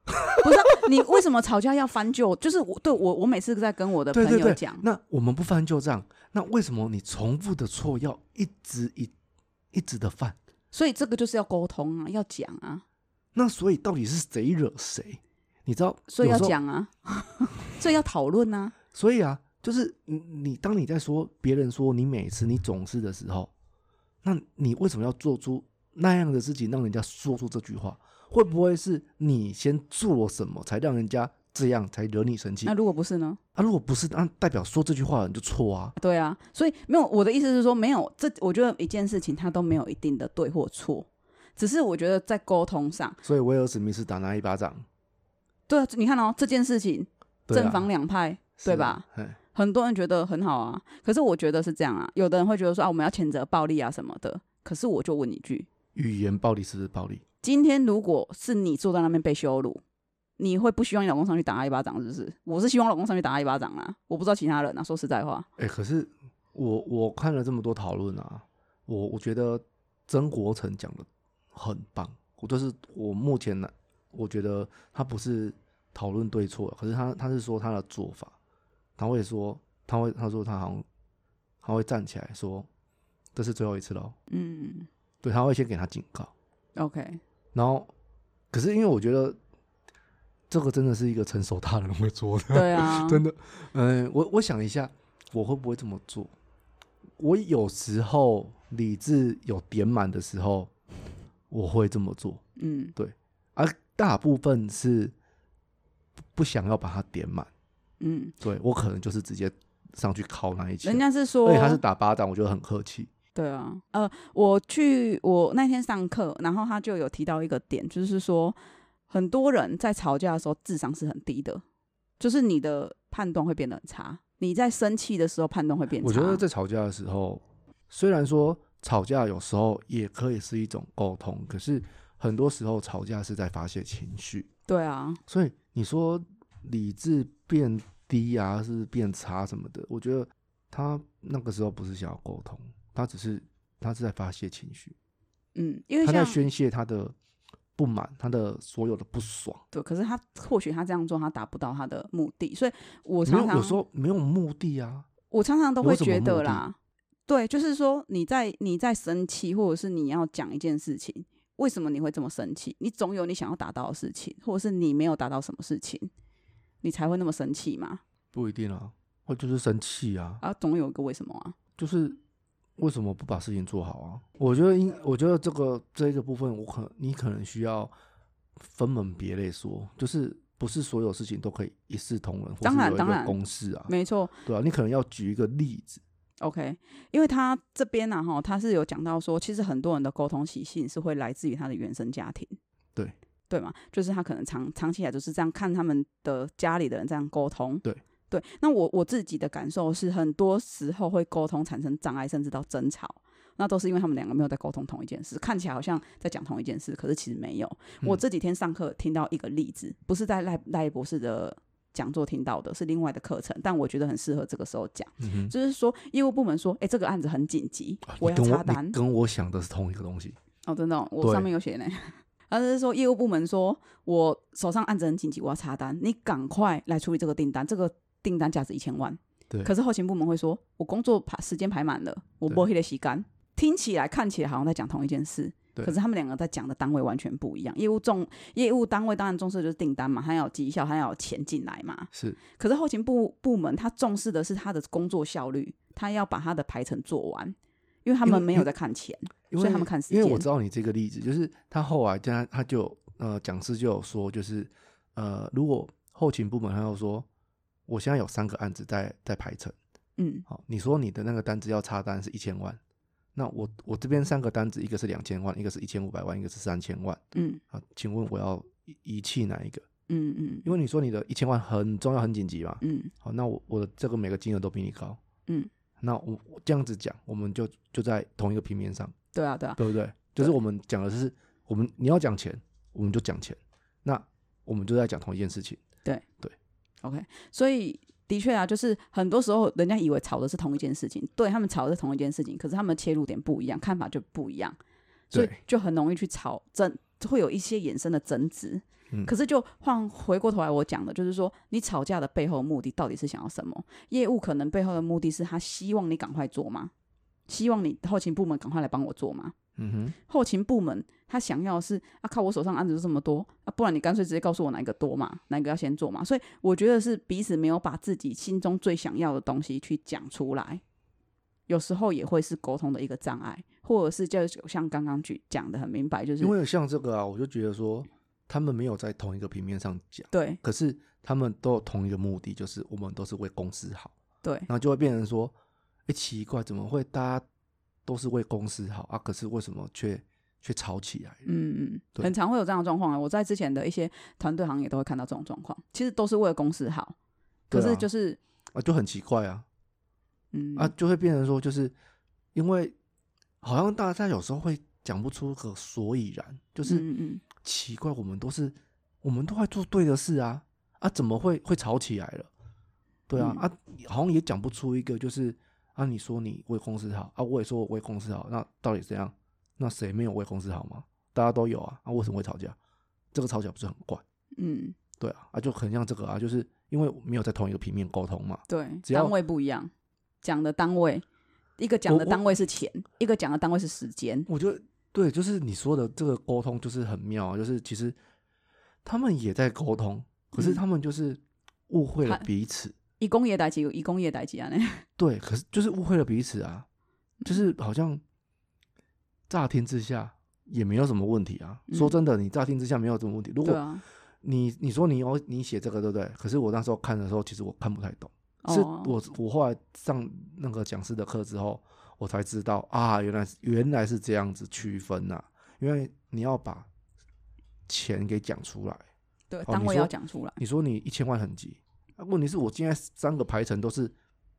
Speaker 2: 不是啊、你为什么吵架要翻旧？就是我对我我每次在跟我的朋
Speaker 1: 对对
Speaker 2: 友
Speaker 1: 对
Speaker 2: 讲，，
Speaker 1: 那我们不翻旧账，那为什么你重复的错要一直一一直的犯？
Speaker 2: 所以这个就是要沟通啊，要讲啊，
Speaker 1: 那所以到底是谁惹谁？你知道，
Speaker 2: 所以
Speaker 1: 有
Speaker 2: 要
Speaker 1: 时候
Speaker 2: 讲啊， (laughs) 所以要讨论啊。
Speaker 1: 所以啊，就是你你当你在说别人说你每次你总是的时候，那你为什么要做出那样的事情，让人家说出这句话？会不会是你先做了什么，才让人家这样，才惹你生气？
Speaker 2: 那如果不是呢？
Speaker 1: 啊，如果不是，那代表说这句话的人就错啊。
Speaker 2: 对啊，所以没有我的意思是说，没有这，我觉得一件事情它都没有一定的对或错，只是我觉得在沟通上，
Speaker 1: 所以威尔史密斯打那一巴掌，
Speaker 2: 对啊，你看哦，这件事情
Speaker 1: 对啊
Speaker 2: 正反两派，
Speaker 1: 是啊
Speaker 2: 对吧？
Speaker 1: 哎，
Speaker 2: 很多人觉得很好啊，可是我觉得是这样啊，有的人会觉得说啊，我们要谴责暴力啊什么的，可是我就问你一句，
Speaker 1: 语言暴力是不是暴力？
Speaker 2: 今天如果是你坐在那边被羞辱，你会不希望你老公上去打他一巴掌，是不是？我是希望老公上去打他一巴掌啦，我不知道其他人啊，说实在话，
Speaker 1: 哎、可是我我看了这么多讨论啊，我我觉得曾国成讲的很棒，我就是我目前呢，我觉得他不是讨论对错，可是他他是说他的做法，他会说他会他说他好像他会站起来说这是最后一次喽，
Speaker 2: 嗯
Speaker 1: 对，他会先给他警告， (laughs)
Speaker 2: ，OK，
Speaker 1: 然后可是因为我觉得这个真的是一个成熟大人会做的，，
Speaker 2: 对
Speaker 1: (laughs)
Speaker 2: 啊
Speaker 1: 真的，嗯，我我想一下，我会不会这么做？我有时候理智有点满的时候，我会这么做，
Speaker 2: 嗯
Speaker 1: 而、大部分是不不想要把它点满，
Speaker 2: 嗯，
Speaker 1: 对我可能就是直接上去敲那一拳
Speaker 2: 人。家是说
Speaker 1: 而且他是打巴掌，我觉得很客气。
Speaker 2: 对啊，呃，我去我那天上课，然后他就有提到一个点，就是说很多人在吵架的时候智商是很低的，就是你的判断会变得很差，你在生气的时候判断会变差。
Speaker 1: 我觉得在吵架的时候，虽然说吵架有时候也可以是一种沟通，可是很多时候吵架是在发泄情绪。
Speaker 2: 对啊，
Speaker 1: 所以你说理智变低啊，是变差什么的，我觉得他那个时候不是想要沟通，他只是他是在发泄情绪，
Speaker 2: 嗯，因为
Speaker 1: 他在
Speaker 2: 像
Speaker 1: 宣泄他的不满，他的所有的不爽。
Speaker 2: 对，可是他或许他这样做，他达不到他的目的，所以我
Speaker 1: 没有
Speaker 2: 常常
Speaker 1: 有时候没有目的啊，
Speaker 2: 我常常都
Speaker 1: 有
Speaker 2: 会
Speaker 1: 什么
Speaker 2: 觉
Speaker 1: 目
Speaker 2: 得
Speaker 1: 的
Speaker 2: 啦，对，就是说你在你在生气，或者是你要讲一件事情，为什么你会这么生气？你总有你想要达到的事情，或者是你没有达到什么事情，你才会那么生气嘛？
Speaker 1: 不一定啊，或就是生气啊，
Speaker 2: 啊，总有一个为什么啊？
Speaker 1: 就是。为什么不把事情做好啊？我觉得应，我觉得这个这个部分，我可你可能需要分门别类说，就是不是所有事情都可以一视同仁，或
Speaker 2: 当
Speaker 1: 是
Speaker 2: 然
Speaker 1: 有一
Speaker 2: 当
Speaker 1: 个
Speaker 2: 然
Speaker 1: 公式啊。
Speaker 2: 没错
Speaker 1: 对啊，你可能要举一个例子，
Speaker 2: ，OK，因为他这边呢，哈，他是有讲到说，其实很多人的沟通习性是会来自于他的原生家庭。
Speaker 1: 对。
Speaker 2: 对嘛，就是他可能长长期以来就是这样看他们的家里的人这样沟通，
Speaker 1: 对
Speaker 2: 对，那我我自己的感受是，很多时候会沟通产生障碍，甚至到争吵，那都是因为他们两个没有在沟通同一件事，看起来好像在讲同一件事，可是其实没有。
Speaker 1: 嗯
Speaker 2: 我这几天上课听到一个例子，不是在赖赖博士的讲座听到的，是另外的课程，但我觉得很适合这个时候讲。
Speaker 1: 嗯哼，
Speaker 2: 就是说，业务部门说，哎、这个案子很紧急，
Speaker 1: 啊
Speaker 2: 我
Speaker 1: 你
Speaker 2: 要
Speaker 1: 跟
Speaker 2: 插
Speaker 1: 我
Speaker 2: 单
Speaker 1: 你。跟我想的是同一个东西，
Speaker 2: 哦，真的哦、我
Speaker 1: 对
Speaker 2: 上面有写呢。他是说业务部门说，我手上案子很紧急，我要查单，你赶快来处理这个订单，这个订单价值一千万。
Speaker 1: 对
Speaker 2: 可是后勤部门会说，我工作排时间排满了，我
Speaker 1: 对
Speaker 2: 不会的洗干。听起来看起来好像在讲同一件事，
Speaker 1: 对
Speaker 2: 可是他们两个在讲的单位完全不一样。业务重业务单位当然重视的就是订单嘛，他要有绩效，他要有钱进来嘛。
Speaker 1: 是
Speaker 2: 可是后勤部部门他重视的是他的工作效率，他要把他的排程做完，因为他
Speaker 1: 因为
Speaker 2: 们没有在看钱。
Speaker 1: 因
Speaker 2: 所以
Speaker 1: 为
Speaker 2: 他们看时
Speaker 1: 因为我
Speaker 2: 间
Speaker 1: 知道你这个例子，就是他后来他他就呃讲师就有说，就是呃如果后勤部门他要说，我现在有三个案子在在排程，
Speaker 2: 嗯，
Speaker 1: 好，你说你的那个单子要插单是一千万，那我我这边三个单子，一个是两千万，一个是一千五百万，一个是三千万
Speaker 2: 嗯
Speaker 1: 啊，请问我要遗遗弃哪一个？
Speaker 2: 嗯嗯
Speaker 1: 因为你说你的一千万很重要很紧急嘛，
Speaker 2: 嗯
Speaker 1: 好，那我我的这个每个金额都比你高，
Speaker 2: 嗯，
Speaker 1: 那我我这样子讲，我们就就在同一个平面上，
Speaker 2: 对啊对啊，
Speaker 1: 对不对？就是我们讲的是我们你要讲钱，我们就讲钱，那我们就在讲同一件事情，
Speaker 2: OK，所以的确啊，就是很多时候人家以为吵的是同一件事情，对他们吵的是同一件事情，可是他们切入点不一样，看法就不一样，所以
Speaker 1: 对
Speaker 2: 就很容易去吵争，会有一些衍生的争执。
Speaker 1: 嗯
Speaker 2: 可是就换回过头来我讲的，就是说你吵架的背后目的到底是想要什么？业务可能背后的目的是他希望你赶快做吗？希望你后勤部门赶快来帮我做吗？
Speaker 1: 嗯哼，
Speaker 2: 后勤部门他想要的是啊，靠我手上案子就这么多啊，不然你干脆直接告诉我哪一个多嘛，哪一个要先做嘛。所以我觉得是彼此没有把自己心中最想要的东西去讲出来，有时候也会是沟通的一个障碍，或者是就像刚刚举讲的很明白，就是
Speaker 1: 因为像这个啊，我就觉得说他们没有在同一个平面上讲。
Speaker 2: 对
Speaker 1: 可是他们都有同一个目的，就是我们都是为公司好，
Speaker 2: 对
Speaker 1: 然后就会变成说，哎、奇怪，怎么会大家都是为公司好啊？可是为什么却却吵起来了？
Speaker 2: 嗯，嗯，
Speaker 1: 对
Speaker 2: 很常会有这样的状况啊。我在之前的一些团队行业都会看到这种状况，其实都是为了公司好，可
Speaker 1: 对
Speaker 2: 是
Speaker 1: 啊
Speaker 2: 就是、
Speaker 1: 啊，就很奇怪啊，
Speaker 2: 嗯
Speaker 1: 啊，就会变成说，就是因为好像大家有时候会讲不出个所以然，就是
Speaker 2: 嗯嗯
Speaker 1: 奇怪，我们都是我们都在做对的事啊，啊，怎么会会吵起来了？对啊，
Speaker 2: 嗯
Speaker 1: 啊，好像也讲不出一个就是啊，你说你为公司好啊，我也说我为公司好，那到底怎样？那谁没有为公司好吗？大家都有啊，啊，为什么会吵架？这个吵起来不是很怪？
Speaker 2: 嗯，
Speaker 1: 对啊，啊，就很像这个啊，就是因为没有在同一个平面沟通嘛。
Speaker 2: 对，
Speaker 1: 只要
Speaker 2: 单位不一样，讲的单位，一个讲
Speaker 1: 我
Speaker 2: 的
Speaker 1: 我
Speaker 2: 单位是钱，一个讲的单位是时间。
Speaker 1: 我觉得对，就是你说的这个沟通就是很妙啊，就是其实他们也在沟通，可是
Speaker 2: 嗯
Speaker 1: 他们就是误会了
Speaker 2: 他
Speaker 1: 彼此。
Speaker 2: 一工业代级，一工业代级啊，那
Speaker 1: 对，可是就是误会了彼此啊，
Speaker 2: 嗯
Speaker 1: 就是好像乍听之下也没有什么问题啊。说
Speaker 2: 嗯
Speaker 1: 真的，你乍听之下没有什么问题。如
Speaker 2: 对
Speaker 1: 果
Speaker 2: 啊，
Speaker 1: 你你说你有你写这个对不对？可是我那时候看的时候，其实我看不太懂。是
Speaker 2: 哦，
Speaker 1: 我我后来上那个讲师的课之后，我才知道啊，原来是原来是这样子区分呐、因为你要把钱给讲出来。
Speaker 2: 对，
Speaker 1: 哦
Speaker 2: 单
Speaker 1: 你
Speaker 2: 位要
Speaker 1: 说
Speaker 2: 讲出来，
Speaker 1: 你说你一千万很急，啊问题是我现在三个排程都是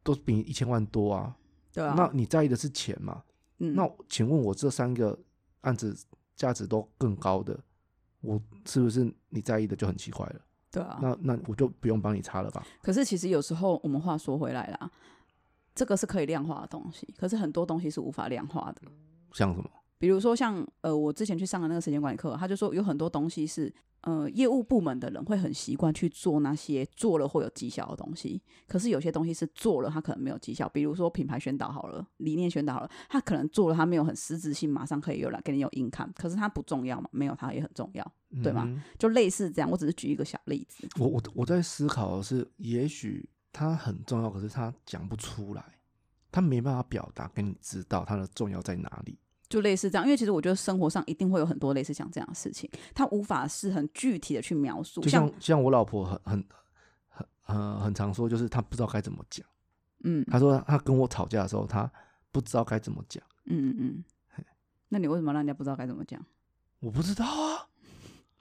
Speaker 1: 都比你一千万多啊。
Speaker 2: 对啊，
Speaker 1: 那你在意的是钱嘛？
Speaker 2: 嗯，
Speaker 1: 那请问我这三个案子价值都更高的，我是不是你在意的就很奇怪了？
Speaker 2: 对啊，
Speaker 1: 那那我就不用帮你擦了吧？
Speaker 2: 可是其实有时候我们话说回来啦，这个是可以量化的东西，可是很多东西是无法量化的。
Speaker 1: 像什么？
Speaker 2: 比如说像呃，我之前去上的那个时间管理课，他就说有很多东西是呃，业务部门的人会很习惯去做那些做了会有绩效的东西，可是有些东西是做了他可能没有绩效，比如说品牌宣导好了，理念宣导好了，他可能做了他没有很实质性，马上可以有来给你有 income，可是它不重要嘛，没有它也很重要，对吧
Speaker 1: 嗯哼？
Speaker 2: 就类似这样，我只是举一个小例子，
Speaker 1: 我我我在思考的是，也许它很重要，可是他讲不出来，他没办法表达给你知道它的重要在哪里。
Speaker 2: 就类似这样，因为其实我觉得生活上一定会有很多类似像这样的事情，它无法是很具体的去描述，
Speaker 1: 就像像我老婆很很很呃很常说，就是她不知道该怎么讲。
Speaker 2: 嗯
Speaker 1: 她说她跟我吵架的时候，她不知道该怎么讲。
Speaker 2: 嗯嗯嗯，
Speaker 1: (laughs)
Speaker 2: 那你为什么让人家不知道该怎么讲？
Speaker 1: 我不知道啊，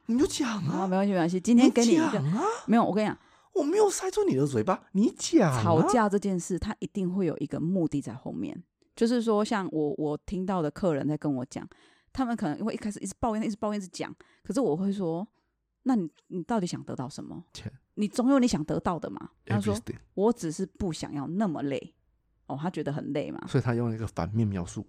Speaker 1: 你就讲
Speaker 2: 啊，
Speaker 1: 啊，
Speaker 2: 没关系，没关系。今天给你一
Speaker 1: 讲
Speaker 2: 个，
Speaker 1: 啊，
Speaker 2: 没有，我跟你讲，
Speaker 1: 我没有塞住你的嘴巴，你讲、啊、
Speaker 2: 吵，架这件事，它一定会有一个目的在后面。就是说，像我我听到的客人在跟我讲，他们可能会一开始一直抱怨，一直抱怨，一直讲。可是我会说，那你你到底想得到什么？
Speaker 1: 钱
Speaker 2: 你总有你想得到的嘛。
Speaker 1: 哎
Speaker 2: 他说
Speaker 1: ，everything。
Speaker 2: 我只是不想要那么累。哦，他觉得很累嘛？
Speaker 1: 所以他用了一个反面描述，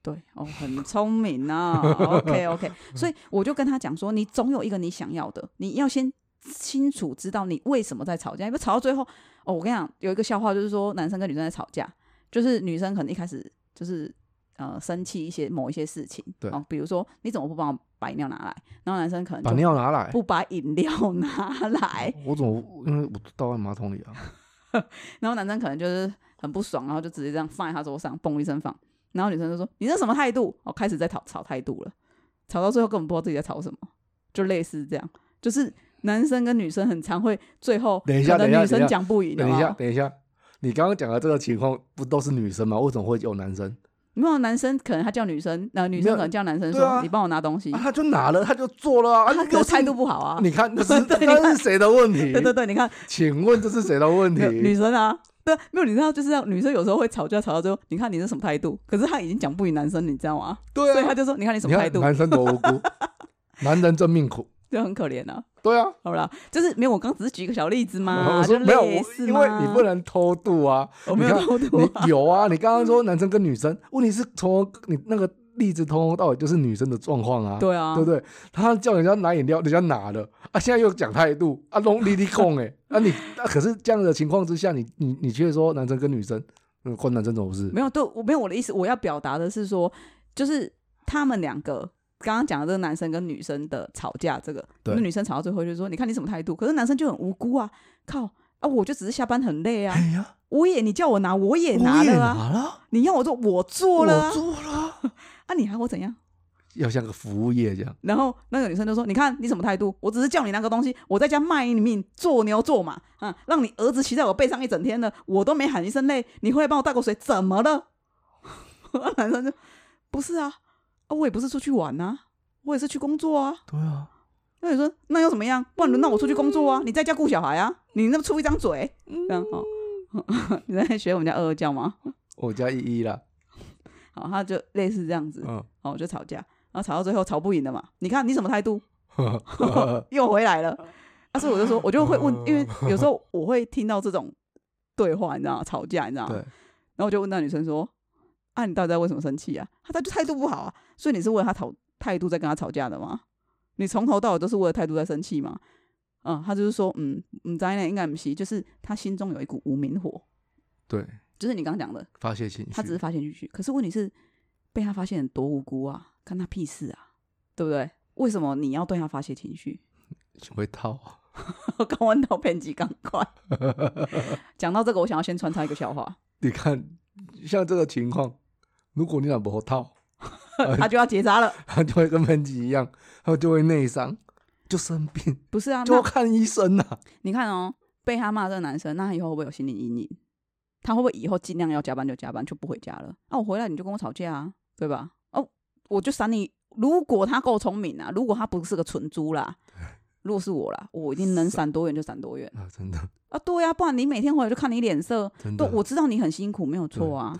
Speaker 2: 对，哦，很聪
Speaker 1: (laughs)
Speaker 2: 明啊。OK OK，所以我就跟他讲说，你总有一个你想要的，你要先清楚知道你为什么在吵架，因为吵到最后，哦，我跟你讲，有一个笑话就是说，男生跟女生在吵架，就是女生可能一开始就是呃生气一些某一些事情，
Speaker 1: 对
Speaker 2: 哦，比如说你怎么不帮我把饮料拿来，然后男生可能
Speaker 1: 把
Speaker 2: 就
Speaker 1: 尿拿来。
Speaker 2: 不把饮料 (laughs) 拿来，
Speaker 1: 我怎么？因为我倒在马桶里啊。
Speaker 2: 然后男生可能就是很不爽，然后就直接这样放在他桌上，嘣一声放。然后女生就说：“你这什么态度？”哦，开始在吵吵态度了，吵到最后根本不知道自己在吵什么，就类似这样，就是男生跟女生很常会最后
Speaker 1: 等一下
Speaker 2: 可能
Speaker 1: 等一下
Speaker 2: 女
Speaker 1: 等
Speaker 2: 生
Speaker 1: 一下
Speaker 2: 讲不赢，啊
Speaker 1: 等一
Speaker 2: 有没
Speaker 1: 下，
Speaker 2: 有
Speaker 1: 等一下，你刚刚讲的这个情况不都是女生吗？为什么会有男生？
Speaker 2: 没有啊男生可能他叫女生，呃，女
Speaker 1: 没
Speaker 2: 生
Speaker 1: 有
Speaker 2: 可能叫男生
Speaker 1: 对
Speaker 2: 说：“
Speaker 1: 啊
Speaker 2: 你帮我拿东西。
Speaker 1: 啊，他就拿了，他就做了啊，
Speaker 2: 他
Speaker 1: 你
Speaker 2: 可
Speaker 1: 又
Speaker 2: 能
Speaker 1: 是
Speaker 2: 态度不好啊。
Speaker 1: 你
Speaker 2: (laughs)
Speaker 1: 看，那是
Speaker 2: 对你
Speaker 1: 那
Speaker 2: 看
Speaker 1: 是谁的问题
Speaker 2: 对？对对，你看
Speaker 1: 请问这是谁的问
Speaker 2: 没有女
Speaker 1: 题？
Speaker 2: 生啊，对，没有你知道，就是这样女生有时候会吵架，吵到最后，你看你是什么态度？可是他已经讲不赢男生，你知道吗？
Speaker 1: 对
Speaker 2: 所以
Speaker 1: 啊
Speaker 2: 他，就说：“你看你什
Speaker 1: 你
Speaker 2: 么态
Speaker 1: 看
Speaker 2: 度？”
Speaker 1: 男生多无
Speaker 2: (laughs)
Speaker 1: 辜，男人真命苦。
Speaker 2: 就很可怜啊。
Speaker 1: 对啊，
Speaker 2: 好啦，就是没有，我刚只是举一个小例子嘛，
Speaker 1: 我说
Speaker 2: 啊就
Speaker 1: 没有，
Speaker 2: 类
Speaker 1: 我
Speaker 2: 似
Speaker 1: 因为
Speaker 2: 嘛
Speaker 1: 你不，能偷渡
Speaker 2: (laughs)
Speaker 1: 啊。
Speaker 2: 我没
Speaker 1: 你
Speaker 2: 有
Speaker 1: 看
Speaker 2: 偷渡啊、
Speaker 1: 你有啊，你刚刚说男生跟女生，问题是从你那个例子从头到尾就是女生的状况啊，
Speaker 2: 对啊，
Speaker 1: 对不对？他叫人家拿饮料，人家拿了啊，现在又讲态度啊，弄哩哩控哎，啊你啊可是这样的情况之下，你你你却说男生跟女生，嗯，关男生怎么事？
Speaker 2: 没有，对，我没有我的意思，我要表达的是说，就是他们两个刚刚讲的这个男生跟女生的吵架，这个
Speaker 1: 对
Speaker 2: 那女生吵到最后就说，你看你什么态度？可是男生就很无辜啊，靠啊，我就只是下班很累啊，
Speaker 1: 哎呀，
Speaker 2: 我也你叫我拿，我也
Speaker 1: 我
Speaker 2: 拿
Speaker 1: 也
Speaker 2: 了啊，
Speaker 1: 拿了，
Speaker 2: 你要我做我做
Speaker 1: 我
Speaker 2: 了啊，
Speaker 1: 做了，
Speaker 2: 啊你还我怎样？
Speaker 1: 要像个服务业这样，
Speaker 2: 然后那个女生就说：“你看你什么态度？我只是叫你拿个东西，我在家卖你命，做牛做马啊，让你儿子骑在我背上一整天了，我都没喊一声累，你回来帮我倒口水，怎么了？”男生就：“不是啊，啊我也不是出去玩啊，我也是去工作啊。
Speaker 1: 对啊，”
Speaker 2: 那你说那又怎么样？不然轮到我出去工作啊，你在家顾小孩啊，你那么出一张嘴，这样哦。 (laughs) 你在学我们家二二叫吗？
Speaker 1: 我家依依啦，
Speaker 2: 好，他就类似这样子， (laughs)
Speaker 1: 嗯， (laughs)
Speaker 2: 哦，就吵架，然后吵到最后吵不赢的嘛。你看你什么态度？又回来了。啊，所以我就说，我就会问，因为有时候我会听到这种对话，你知道吗？吵架，你知道吗？
Speaker 1: 对，
Speaker 2: 然后我就问那女生说：“啊，你到底在为什么生气啊？他他就态度不好啊，所以你是为了他吵态度在跟他吵架的吗？你从头到尾都是为了态度在生气吗？”嗯，他就是说，嗯，嗯，在那应该不是，就是他心中有一股无名火，
Speaker 1: 对，
Speaker 2: 就是你刚刚讲的，
Speaker 1: 发泄情绪，
Speaker 2: 他只是发现进去，可是问题是被他发现多无辜啊，干他屁事啊，对不对？为什么你要对他发泄情绪？
Speaker 1: 会套啊，
Speaker 2: (laughs) 刚弯到编辑，赶快。 (laughs) 讲到这个，我想要先穿插一个笑话，
Speaker 1: 你看像这个情况，如果你俩不套，
Speaker 2: 他啊就要结扎了。
Speaker 1: 他就会跟喷吉一样，他就会内伤，就生病，
Speaker 2: 不是啊，
Speaker 1: 就要
Speaker 2: 那
Speaker 1: 看医生呐、啊。
Speaker 2: 你看哦，被他骂这个男生，那他以后会不会有心理阴影？他会不会以后尽量要加班就加班，就不回家了？啊，我回来你就跟我吵架啊，对吧？哦，我就闪你。如果他够聪明啊，如果他不是个蠢猪啦，如果是我啦，我一定能闪多远就闪多远
Speaker 1: 啊，真的，
Speaker 2: 啊！对啊，不然你每天回来就看你脸色，
Speaker 1: 真
Speaker 2: 对
Speaker 1: 的，，
Speaker 2: 我知道你很辛苦，没有错啊。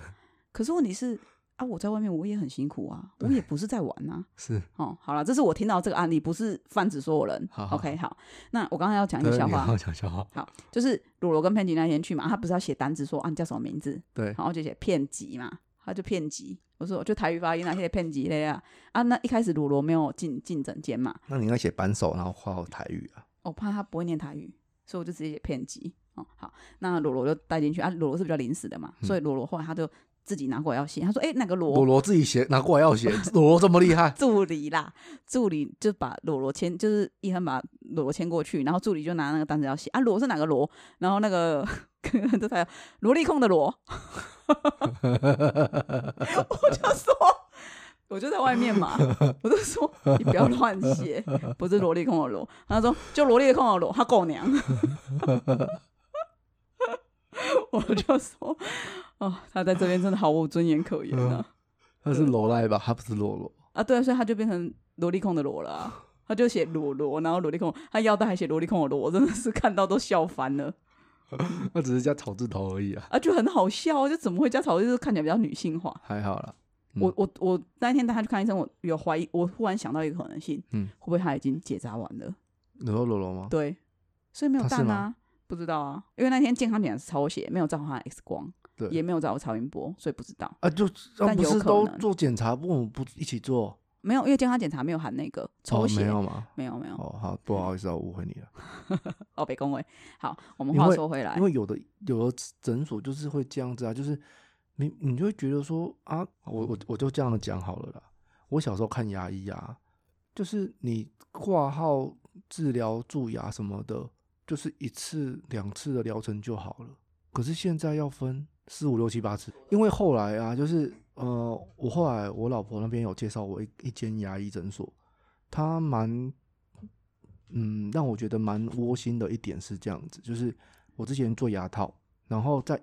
Speaker 2: 可是问题是啊，我在外面我也很辛苦
Speaker 1: (laughs)
Speaker 2: 啊，我也不是在玩啊。
Speaker 1: 是
Speaker 2: 哦，好了，这是我听到这个案例，不是泛指所有人。
Speaker 1: 好好
Speaker 2: o k 好。那我刚才要讲一个
Speaker 1: 对
Speaker 2: 笑
Speaker 1: 你
Speaker 2: 话，
Speaker 1: 好讲笑话，
Speaker 2: 好，就是鲁罗跟佩吉那天去嘛，他不是要写单子说啊，你叫什么名字？
Speaker 1: 对，
Speaker 2: 然后就写骗吉嘛，他就骗吉。我说我就台语发音那些骗吉类啊啊，那一开始鲁罗没有进进诊间嘛，
Speaker 1: 那你应该写扳手，然后画好台语啊。
Speaker 2: 我哦怕他不会念台语，所以我就直接写骗吉。哦，好，那罗罗就带进去啊，罗罗是比较临时的嘛，所以罗罗后来他就自己拿过来要写，他说哎、那个
Speaker 1: 罗罗自己写，拿过来要写，罗罗这么厉害， (laughs)
Speaker 2: (laughs) 助理啦，助理就把裸罗牵，就是一恒把裸罗牵过去，然后助理就拿那个单子要写啊，裸是哪个罗？然后那个 (laughs) 这才有萝莉控的罗，我就说，我就在外面嘛，我就说你不要乱写，不是萝莉控的罗。他说就萝莉控的罗，他狗娘。 (laughs) 我就说，哦，他在这边真的毫无尊严可言啊。
Speaker 1: 他是罗赖吧？他不是罗罗，
Speaker 2: 啊，对啊，所以他就变成萝莉控的萝了啊、他就写裸罗，然后萝莉控，他腰带还写萝莉控的罗，真的是看到都笑翻了
Speaker 1: 他只是加草字头而已啊，
Speaker 2: 啊，就很好笑啊，就怎么会加草字，就是看起来比较女性化。
Speaker 1: 还好啦。嗯
Speaker 2: 我我我那一天带他去看医生，我有怀疑，我忽然想到一个可能性，
Speaker 1: 嗯
Speaker 2: 会不会他已经结扎完了？
Speaker 1: 你说柔柔吗？
Speaker 2: 对，所以没有
Speaker 1: 他是
Speaker 2: 蛋
Speaker 1: 吗
Speaker 2: 啊，不知道啊，因为那天健康检查是抽血，没有照他的 X 光，
Speaker 1: 对
Speaker 2: 也没有照超音波，所以不知道。
Speaker 1: 啊，就啊
Speaker 2: 但
Speaker 1: 不
Speaker 2: 有
Speaker 1: 是
Speaker 2: 可
Speaker 1: 都
Speaker 2: 能
Speaker 1: 做检查，不我们不一起做？
Speaker 2: 没有，因为健康检查没有含那个抽
Speaker 1: 哦，
Speaker 2: 血，嗯
Speaker 1: 没有吗？
Speaker 2: 没有没有
Speaker 1: 哦，好，不好意思啊，我误会你了。
Speaker 2: 哦，北宫位。好，我们
Speaker 1: 因
Speaker 2: 话
Speaker 1: 为
Speaker 2: 说回来
Speaker 1: 因，为有的有的诊所就是会这样子啊，就是你你就会觉得说啊，我我我就这样讲好了啦。我小时候看牙医啊，就是你挂号、治疗、蛀牙什么的，就是一次两次的疗程就好了。可是现在要分四五六七八次，因为后来啊，就是呃，我后来我老婆那边有介绍我一一间牙医诊所，他蛮嗯，让我觉得蛮窝心的一点是这样子，就是我之前做牙套，然后在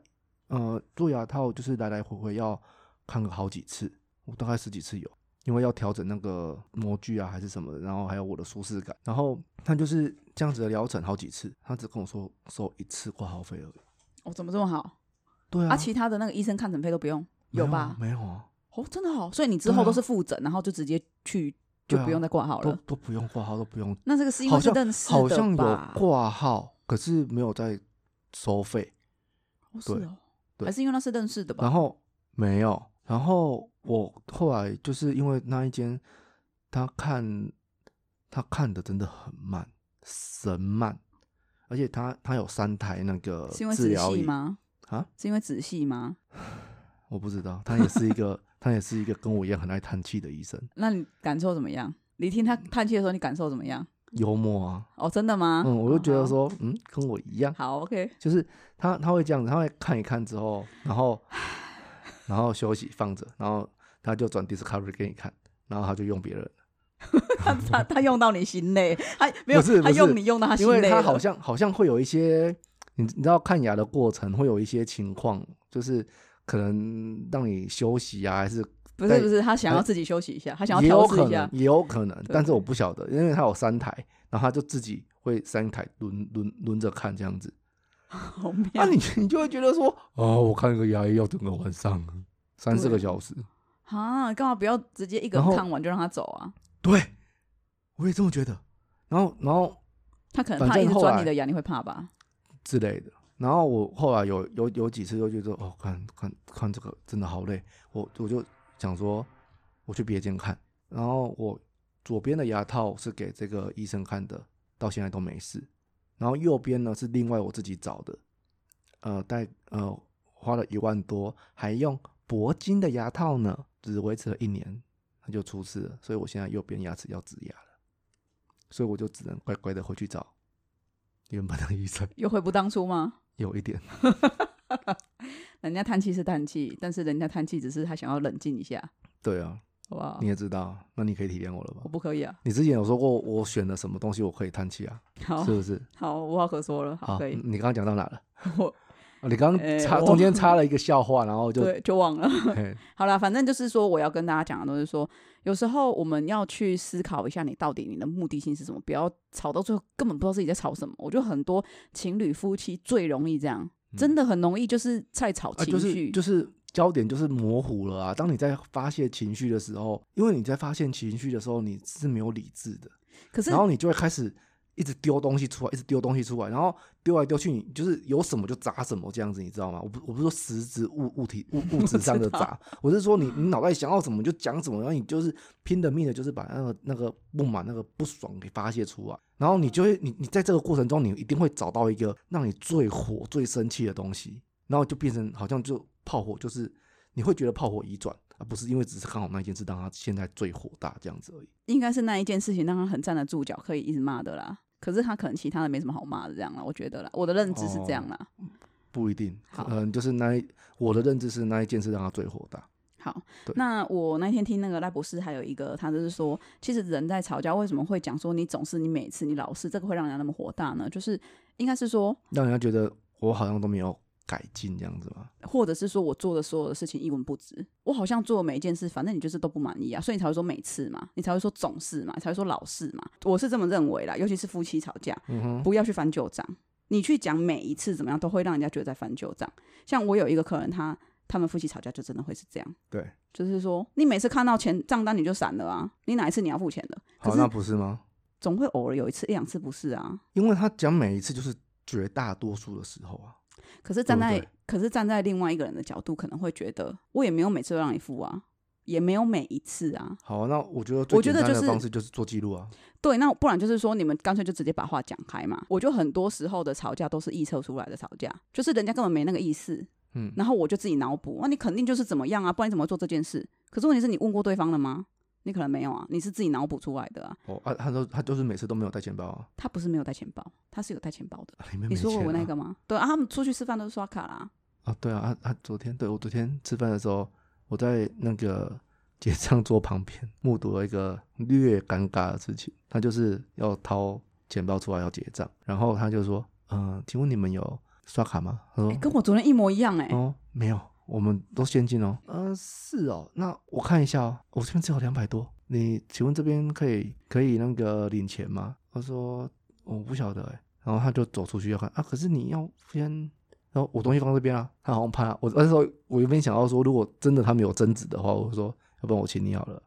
Speaker 1: 呃做牙套就是来来回回要看个好几次，我大概十几次有，因为要调整那个模具啊还是什么的，然后还有我的舒适感，然后他就是这样子的疗程好几次，他只跟我说收一次挂号费而已。
Speaker 2: 哦，怎么这么好？
Speaker 1: 对啊，
Speaker 2: 啊，其他的那个医生看诊费都不用，
Speaker 1: 没有啊
Speaker 2: 吧？
Speaker 1: 没有啊，
Speaker 2: 哦，真的好，所以你之
Speaker 1: 对
Speaker 2: 后都
Speaker 1: 啊
Speaker 2: 是复诊，然后就直接去，就
Speaker 1: 对啊
Speaker 2: 不用再挂号
Speaker 1: 都
Speaker 2: 了。
Speaker 1: 都不用挂号，都不用，
Speaker 2: 那这个是因
Speaker 1: 好
Speaker 2: 为是
Speaker 1: 像
Speaker 2: 认识
Speaker 1: 好像
Speaker 2: 的
Speaker 1: 有
Speaker 2: 吧？
Speaker 1: 挂号，可是没有在收费。
Speaker 2: 哦是
Speaker 1: 对
Speaker 2: 哦，
Speaker 1: 对
Speaker 2: 还是因为那是认识的
Speaker 1: 然
Speaker 2: 吧？
Speaker 1: 后没有，然后我后来就是因为那一间，他看他看的真的很慢，神慢，而且他他有三台那个
Speaker 2: 是因为
Speaker 1: 治
Speaker 2: 仔
Speaker 1: 呃疗
Speaker 2: 细
Speaker 1: 仪，
Speaker 2: 吗？
Speaker 1: 啊？
Speaker 2: 是因为仔细吗？
Speaker 1: 我不知道，他也是一个他也是一个跟我一样很爱叹气的医生，
Speaker 2: 那你感受怎么样？你听他
Speaker 1: 嗯
Speaker 2: 叹气的时候，你感受怎么样？
Speaker 1: 幽默啊，
Speaker 2: 哦，真的吗？
Speaker 1: 嗯，我就觉
Speaker 2: 哦
Speaker 1: 得，说，嗯，跟我一样，
Speaker 2: 好好，OK， (laughs)
Speaker 1: 就是他他会这样子，他会看一看之后，然
Speaker 2: (laughs)
Speaker 1: 后然后休息放着，然后他就转 Discovery 给你看，然后他就用别人。
Speaker 2: 他他他用到你心
Speaker 1: (laughs)
Speaker 2: 累，他没有，
Speaker 1: 不是
Speaker 2: 他
Speaker 1: 不是
Speaker 2: 用你用到他啊心
Speaker 1: 因为
Speaker 2: 累
Speaker 1: 他
Speaker 2: 了
Speaker 1: 好像好像会有一些，你你知道看牙的过程会有一些情况，就是可能让你休息啊，还是
Speaker 2: 不
Speaker 1: 在
Speaker 2: 是不是，他想要
Speaker 1: 哎
Speaker 2: 自己休息一下，他想要
Speaker 1: 也有
Speaker 2: 调试
Speaker 1: 可
Speaker 2: 一下
Speaker 1: 能，，也有可能，
Speaker 2: 对
Speaker 1: 但是我不晓得，因为他有三台，然后他就自己会三台轮轮轮着看这样子，
Speaker 2: 好妙。
Speaker 1: 那、啊你你就会觉得说，哦，我看个牙医要整个晚上啊三四
Speaker 2: 对
Speaker 1: 个小时，
Speaker 2: 啊，干嘛不要直接一个
Speaker 1: 然后
Speaker 2: 人看完就让他走啊？
Speaker 1: 对，我也这么觉得，然后然后
Speaker 2: 他可能
Speaker 1: 反
Speaker 2: 怕一
Speaker 1: 正
Speaker 2: 直
Speaker 1: 后
Speaker 2: 钻
Speaker 1: 来
Speaker 2: 你的牙，你会怕吧？
Speaker 1: 之类的。然后我后来有有有几次就觉得，哦，看看看这个真的好累，我我就想说，我去别间看。然后我左边的牙套是给这个医生看的，到现在都没事。然后右边呢是另外我自己找的，呃，带呃花了一万多，还用铂金的牙套呢，只维持了一年，它就出事了。所以我现在右边牙齿要植牙了，所以我就只能乖乖的回去找原本的医生。
Speaker 2: 又悔不当初吗？
Speaker 1: 有一点，
Speaker 2: 人家叹气是叹气，但是人家叹气只是他想要冷静一下，
Speaker 1: (laughs) 对啊，
Speaker 2: 好不好
Speaker 1: 你？也知道，那你可以体谅我了吧
Speaker 2: 我？不可以啊，
Speaker 1: 你之前有说过我选了什么东西我可以叹气啊，
Speaker 2: 好
Speaker 1: 是不是？
Speaker 2: 哦好，无话可说了，
Speaker 1: 好，
Speaker 2: 可以
Speaker 1: 嗯，你刚刚讲到哪了？
Speaker 2: (laughs) 我
Speaker 1: 啊你刚刚
Speaker 2: 哎
Speaker 1: 插
Speaker 2: 我
Speaker 1: 中间插了一个笑话，然后就
Speaker 2: 对就忘了。
Speaker 1: (laughs)
Speaker 2: (laughs)
Speaker 1: 嘿
Speaker 2: 好啦，反正就是说，我要跟大家讲的都是说，有时候我们要去思考一下，你到底你的目的性是什么，不要吵到最后根本不知道自己在吵什么。我觉得很多情侣夫妻最容易这样，真的很容易就是在吵
Speaker 1: 嗯啊，
Speaker 2: 情
Speaker 1: 就是
Speaker 2: 绪。
Speaker 1: 就是焦点就是模糊了啊。当你在发泄情绪的时候，因为你在发泄情绪的时候你是没有理智的，
Speaker 2: 可是
Speaker 1: 然后你就会开始。一直丢东西出来，一直丢东西出来，然后丢来丢去，你就是有什么就砸什么这样子，你知道吗？我不我不是说实质物物体
Speaker 2: (laughs)
Speaker 1: 物物质上的砸，我是说你你脑袋想要什么就讲什么，然后你就是拼了命的，就是把那个那个不满、那个不爽给发泄出来，然后你就会你你在这个过程中，你一定会找到一个让你最火、最生气的东西，然后就变成好像就炮火，就是你会觉得炮火已转，而不是因为只是刚好那件事让他现在最火大这样子而已。
Speaker 2: 应该是那一件事情让他很站得住脚，可以一直骂的啦。可是他可能其他的没什么好骂的，这样啦，我觉得啦，我的认知是这样啦。
Speaker 1: 不一定，
Speaker 2: 好
Speaker 1: 可能就是那一我的认知是那一件事让他最火大。
Speaker 2: 好
Speaker 1: 对，
Speaker 2: 那我那天听那个赖博士还有一个，他就是说，其实人在吵架为什么会讲说你总是你每次你老是这个会让人家那么火大呢？就是应该是说，
Speaker 1: 让人家觉得我好像都没有改进这样子嘛。
Speaker 2: 或者是说我做的所有的事情一文不值，我好像做的每一件事，反正你就是都不满意啊，所以你才会说每次嘛，你才会说总是嘛，你才会说老是嘛，我是这么认为啦，尤其是夫妻吵架，
Speaker 1: 嗯哼，
Speaker 2: 不要去翻旧账。你去讲每一次怎么样，都会让人家觉得在翻旧账。像我有一个客人他，他们夫妻吵架就真的会是这样，
Speaker 1: 对，
Speaker 2: 就是说你每次看到钱账单你就闪了啊，你哪一次你要付钱的？可
Speaker 1: 好，
Speaker 2: 是
Speaker 1: 那不是吗？
Speaker 2: 总会偶尔有一次一两次不是啊。
Speaker 1: 因为他讲每一次就是绝大多数的时候啊，
Speaker 2: 可是站
Speaker 1: 对不
Speaker 2: 在
Speaker 1: 对
Speaker 2: 可是站在另外一个人的角度，可能会觉得我也没有每次都让你付啊，也没有每一次啊。
Speaker 1: 好啊，那我觉得
Speaker 2: 我
Speaker 1: 最简
Speaker 2: 觉得
Speaker 1: 单
Speaker 2: 就
Speaker 1: 的
Speaker 2: 是
Speaker 1: 方式就是做记录啊，
Speaker 2: 对，那不然就是说，你们干脆就直接把话讲开嘛。我就很多时候的吵架都是臆测出来的吵架，就是人家根本没那个意思，
Speaker 1: 嗯，
Speaker 2: 然后我就自己脑补，那、你肯定就是怎么样啊，不然你怎么会做这件事？可是问题是你问过对方了吗？你可能没有啊，你是自己脑补出来的啊。
Speaker 1: 哦啊，他都他就是每次都没有带钱包啊，
Speaker 2: 他不是没有带钱包，他是有带钱包的。
Speaker 1: 里面没
Speaker 2: 你说
Speaker 1: 钱、啊。
Speaker 2: 过我那个吗？对啊，他们出去吃饭都是刷卡啦。
Speaker 1: 啊，对啊，啊啊，昨天对我昨天吃饭的时候，我在那个 (laughs) 结账桌旁边目睹了一个略尴尬的事情，他就是要掏钱包出来要结账，然后他就说，嗯、请问你们有刷卡吗？他说，
Speaker 2: 诶跟我昨天一模一样哎、
Speaker 1: 哦，没有，我们都现金哦。嗯、是哦，那我看一下哦，我这边只有两百多，你请问这边可以可以那个领钱吗？他说我不晓得哎，然后他就走出去要看啊，可是你要先，然后我东西放这边啊，他好像怕我那时候我原本想到说，如果真的他们有争执的话，我说要不然我请你好了。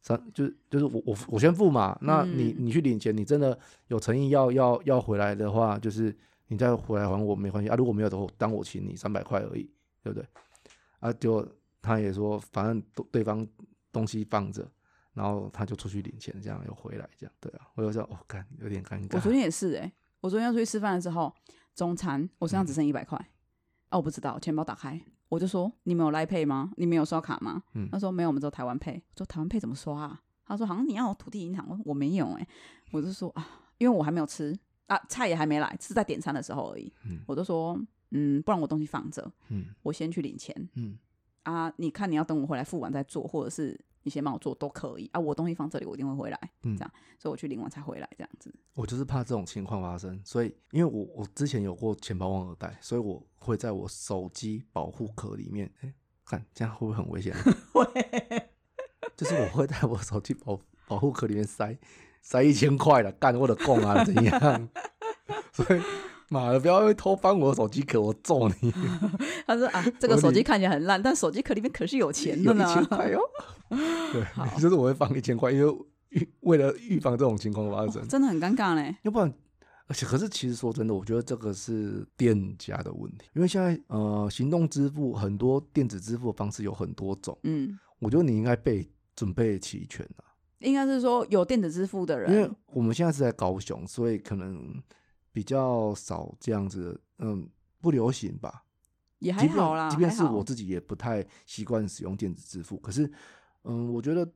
Speaker 1: 三就是就是我我我先付嘛，那你
Speaker 2: 嗯
Speaker 1: 你去领钱，你真的有诚意要要要回来的话，就是你再回来还我没关系啊。如果没有的话，当我请你三百块而已，对不对？啊，就他也说，反正都对方东西放着，然后他就出去领钱，这样又回来，这样对啊。我就说，哦，干有点尴尬。
Speaker 2: 我昨天也是哎、我昨天要出去吃饭的时候，中餐我身上
Speaker 1: 嗯
Speaker 2: 只剩一百块，啊，我不知道，钱包打开，我就说你们有来配吗？你们有刷卡吗？
Speaker 1: 嗯
Speaker 2: 他说没有，我们只有台湾配。我说台湾配怎么刷啊？他说好像你要有土地银行，我说我没有哎、我就说啊，因为我还没有吃啊，菜也还没来，是在点餐的时候而已，
Speaker 1: 嗯
Speaker 2: 我就说嗯，不然我东西放着，
Speaker 1: 嗯
Speaker 2: 我先去领钱
Speaker 1: 嗯
Speaker 2: 啊，你看你要等我回来付完再做，或者是。你先帮我做都可以啊，我东西放这里，我一定会回来，
Speaker 1: 嗯
Speaker 2: 这样，所以我去领完才回来，这样
Speaker 1: (laughs)
Speaker 2: 子。
Speaker 1: 我就是怕这种情况发生，所以因为我我之前有过钱包忘了带，所以我会在我手机保护壳里面，哎，看这样会不会很危险啊？ (laughs)
Speaker 2: 会，
Speaker 1: 就是我会在我手机保保护壳里面塞塞一千块了，干我的供啊怎样？ (laughs) 所以妈的，不要会偷翻我的手机壳，我揍你！
Speaker 2: 他说
Speaker 1: (laughs)
Speaker 2: 啊，这
Speaker 1: 合
Speaker 2: 个
Speaker 1: 理
Speaker 2: 手机看起来很烂，但手机壳里面可是有钱的
Speaker 1: 有
Speaker 2: 呢
Speaker 1: 一。千块哦。对，就是我会放一千块，因为预为了预防这种情况发生，
Speaker 2: (laughs) 真的很尴尬嘞。
Speaker 1: 要不然。而且，可是其实说真的，我觉得这个是店家的问题，因为现在呃，行动支付很多电子支付的方式有很多种，
Speaker 2: 嗯，
Speaker 1: 我觉得你应该备准备齐全啊。
Speaker 2: 应该是说有电子支付的
Speaker 1: 因为
Speaker 2: 人，
Speaker 1: 我们现在是在高雄，所以可能比较少这样子的，嗯，不流行吧。
Speaker 2: 也还
Speaker 1: 即便
Speaker 2: 好啦，
Speaker 1: 即便
Speaker 2: 还
Speaker 1: 是
Speaker 2: 好
Speaker 1: 我自己也不太习惯使用电子支付，可是，嗯，我觉得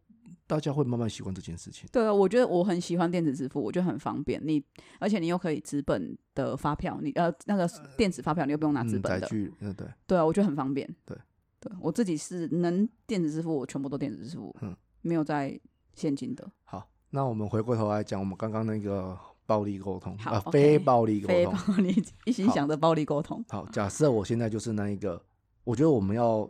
Speaker 1: 大家会慢慢习惯这件事情。
Speaker 2: 对啊，我觉得我很喜欢电子支付，我觉得很方便。你而且你又可以纸本的发票，你呃那个电子发票你又不用拿纸
Speaker 1: 嗯，
Speaker 2: 本
Speaker 1: 载
Speaker 2: 的，
Speaker 1: 具，嗯，对，
Speaker 2: 对啊，我觉得很方便。
Speaker 1: 对，
Speaker 2: 对我自己是能电子支付，我全部都电子支付，
Speaker 1: 嗯
Speaker 2: 没有在现金的，
Speaker 1: 好，那我们回过头来讲我们刚刚那个暴力沟通
Speaker 2: 好
Speaker 1: 啊，
Speaker 2: ，OK
Speaker 1: 非暴力沟
Speaker 2: 非
Speaker 1: 通
Speaker 2: 暴。力一心
Speaker 1: 好
Speaker 2: 想着暴力沟通。
Speaker 1: 好，假设我现在就是那一个，我觉得我们要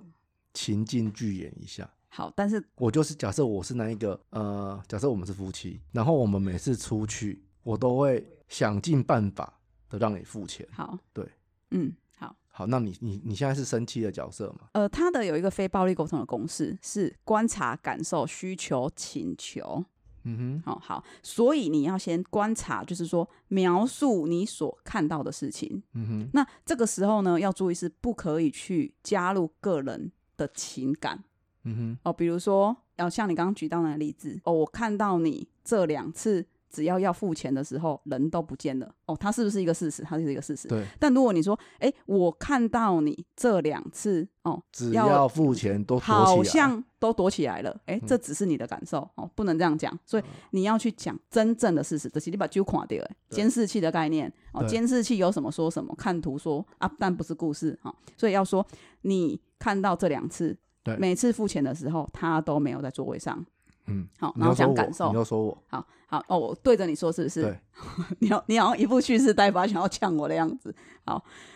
Speaker 1: 情境剧演一下。
Speaker 2: 好，但是
Speaker 1: 我就是假设我是那一个呃，假设我们是夫妻，然后我们每次出去，我都会想尽办法的让你付钱。
Speaker 2: 好，
Speaker 1: 对，
Speaker 2: 嗯，好。
Speaker 1: 好，那你你你现在是生气的角色嘛？
Speaker 2: 呃，它的有一个非暴力沟通的公式是观察、感受、需求、请求。
Speaker 1: 嗯
Speaker 2: 好、好，所以你要先观察，就是说描述你所看到的事情。
Speaker 1: 哼，嗯哼，
Speaker 2: 那这个时候呢，要注意是不可以去加入个人的情感
Speaker 1: 嗯哼，
Speaker 2: 哦，比如说，要、像你刚刚举到那个例子哦，我看到你这两次只要要付钱的时候，人都不见了哦，它是不是一个事实？它是一个事实。
Speaker 1: 对，
Speaker 2: 但如果你说，哎，我看到你这两次哦，
Speaker 1: 只
Speaker 2: 要
Speaker 1: 要付钱都躲起来，嗯
Speaker 2: 好像都躲起来了。哎，这只是你的感受、哦，不能这样讲。所以你要去讲真正的事实，这是你把酒垮掉。
Speaker 1: 对
Speaker 2: 监视器的概念哦，
Speaker 1: 对
Speaker 2: 监视器有什么说什么，看图说啊，但不是故事哈、哦。所以要说你看到这两次
Speaker 1: 对，
Speaker 2: 每次付钱的时候，他都没有在座位上。
Speaker 1: 嗯，
Speaker 2: 好，
Speaker 1: 你
Speaker 2: 然
Speaker 1: 要
Speaker 2: 后
Speaker 1: 说
Speaker 2: 讲
Speaker 1: 我，
Speaker 2: 感受
Speaker 1: 你。要说我，
Speaker 2: 好好哦，我对着你说是不是？
Speaker 1: 对，
Speaker 2: (laughs) 你要你好像一副蓄势待发，想要呛我的样子。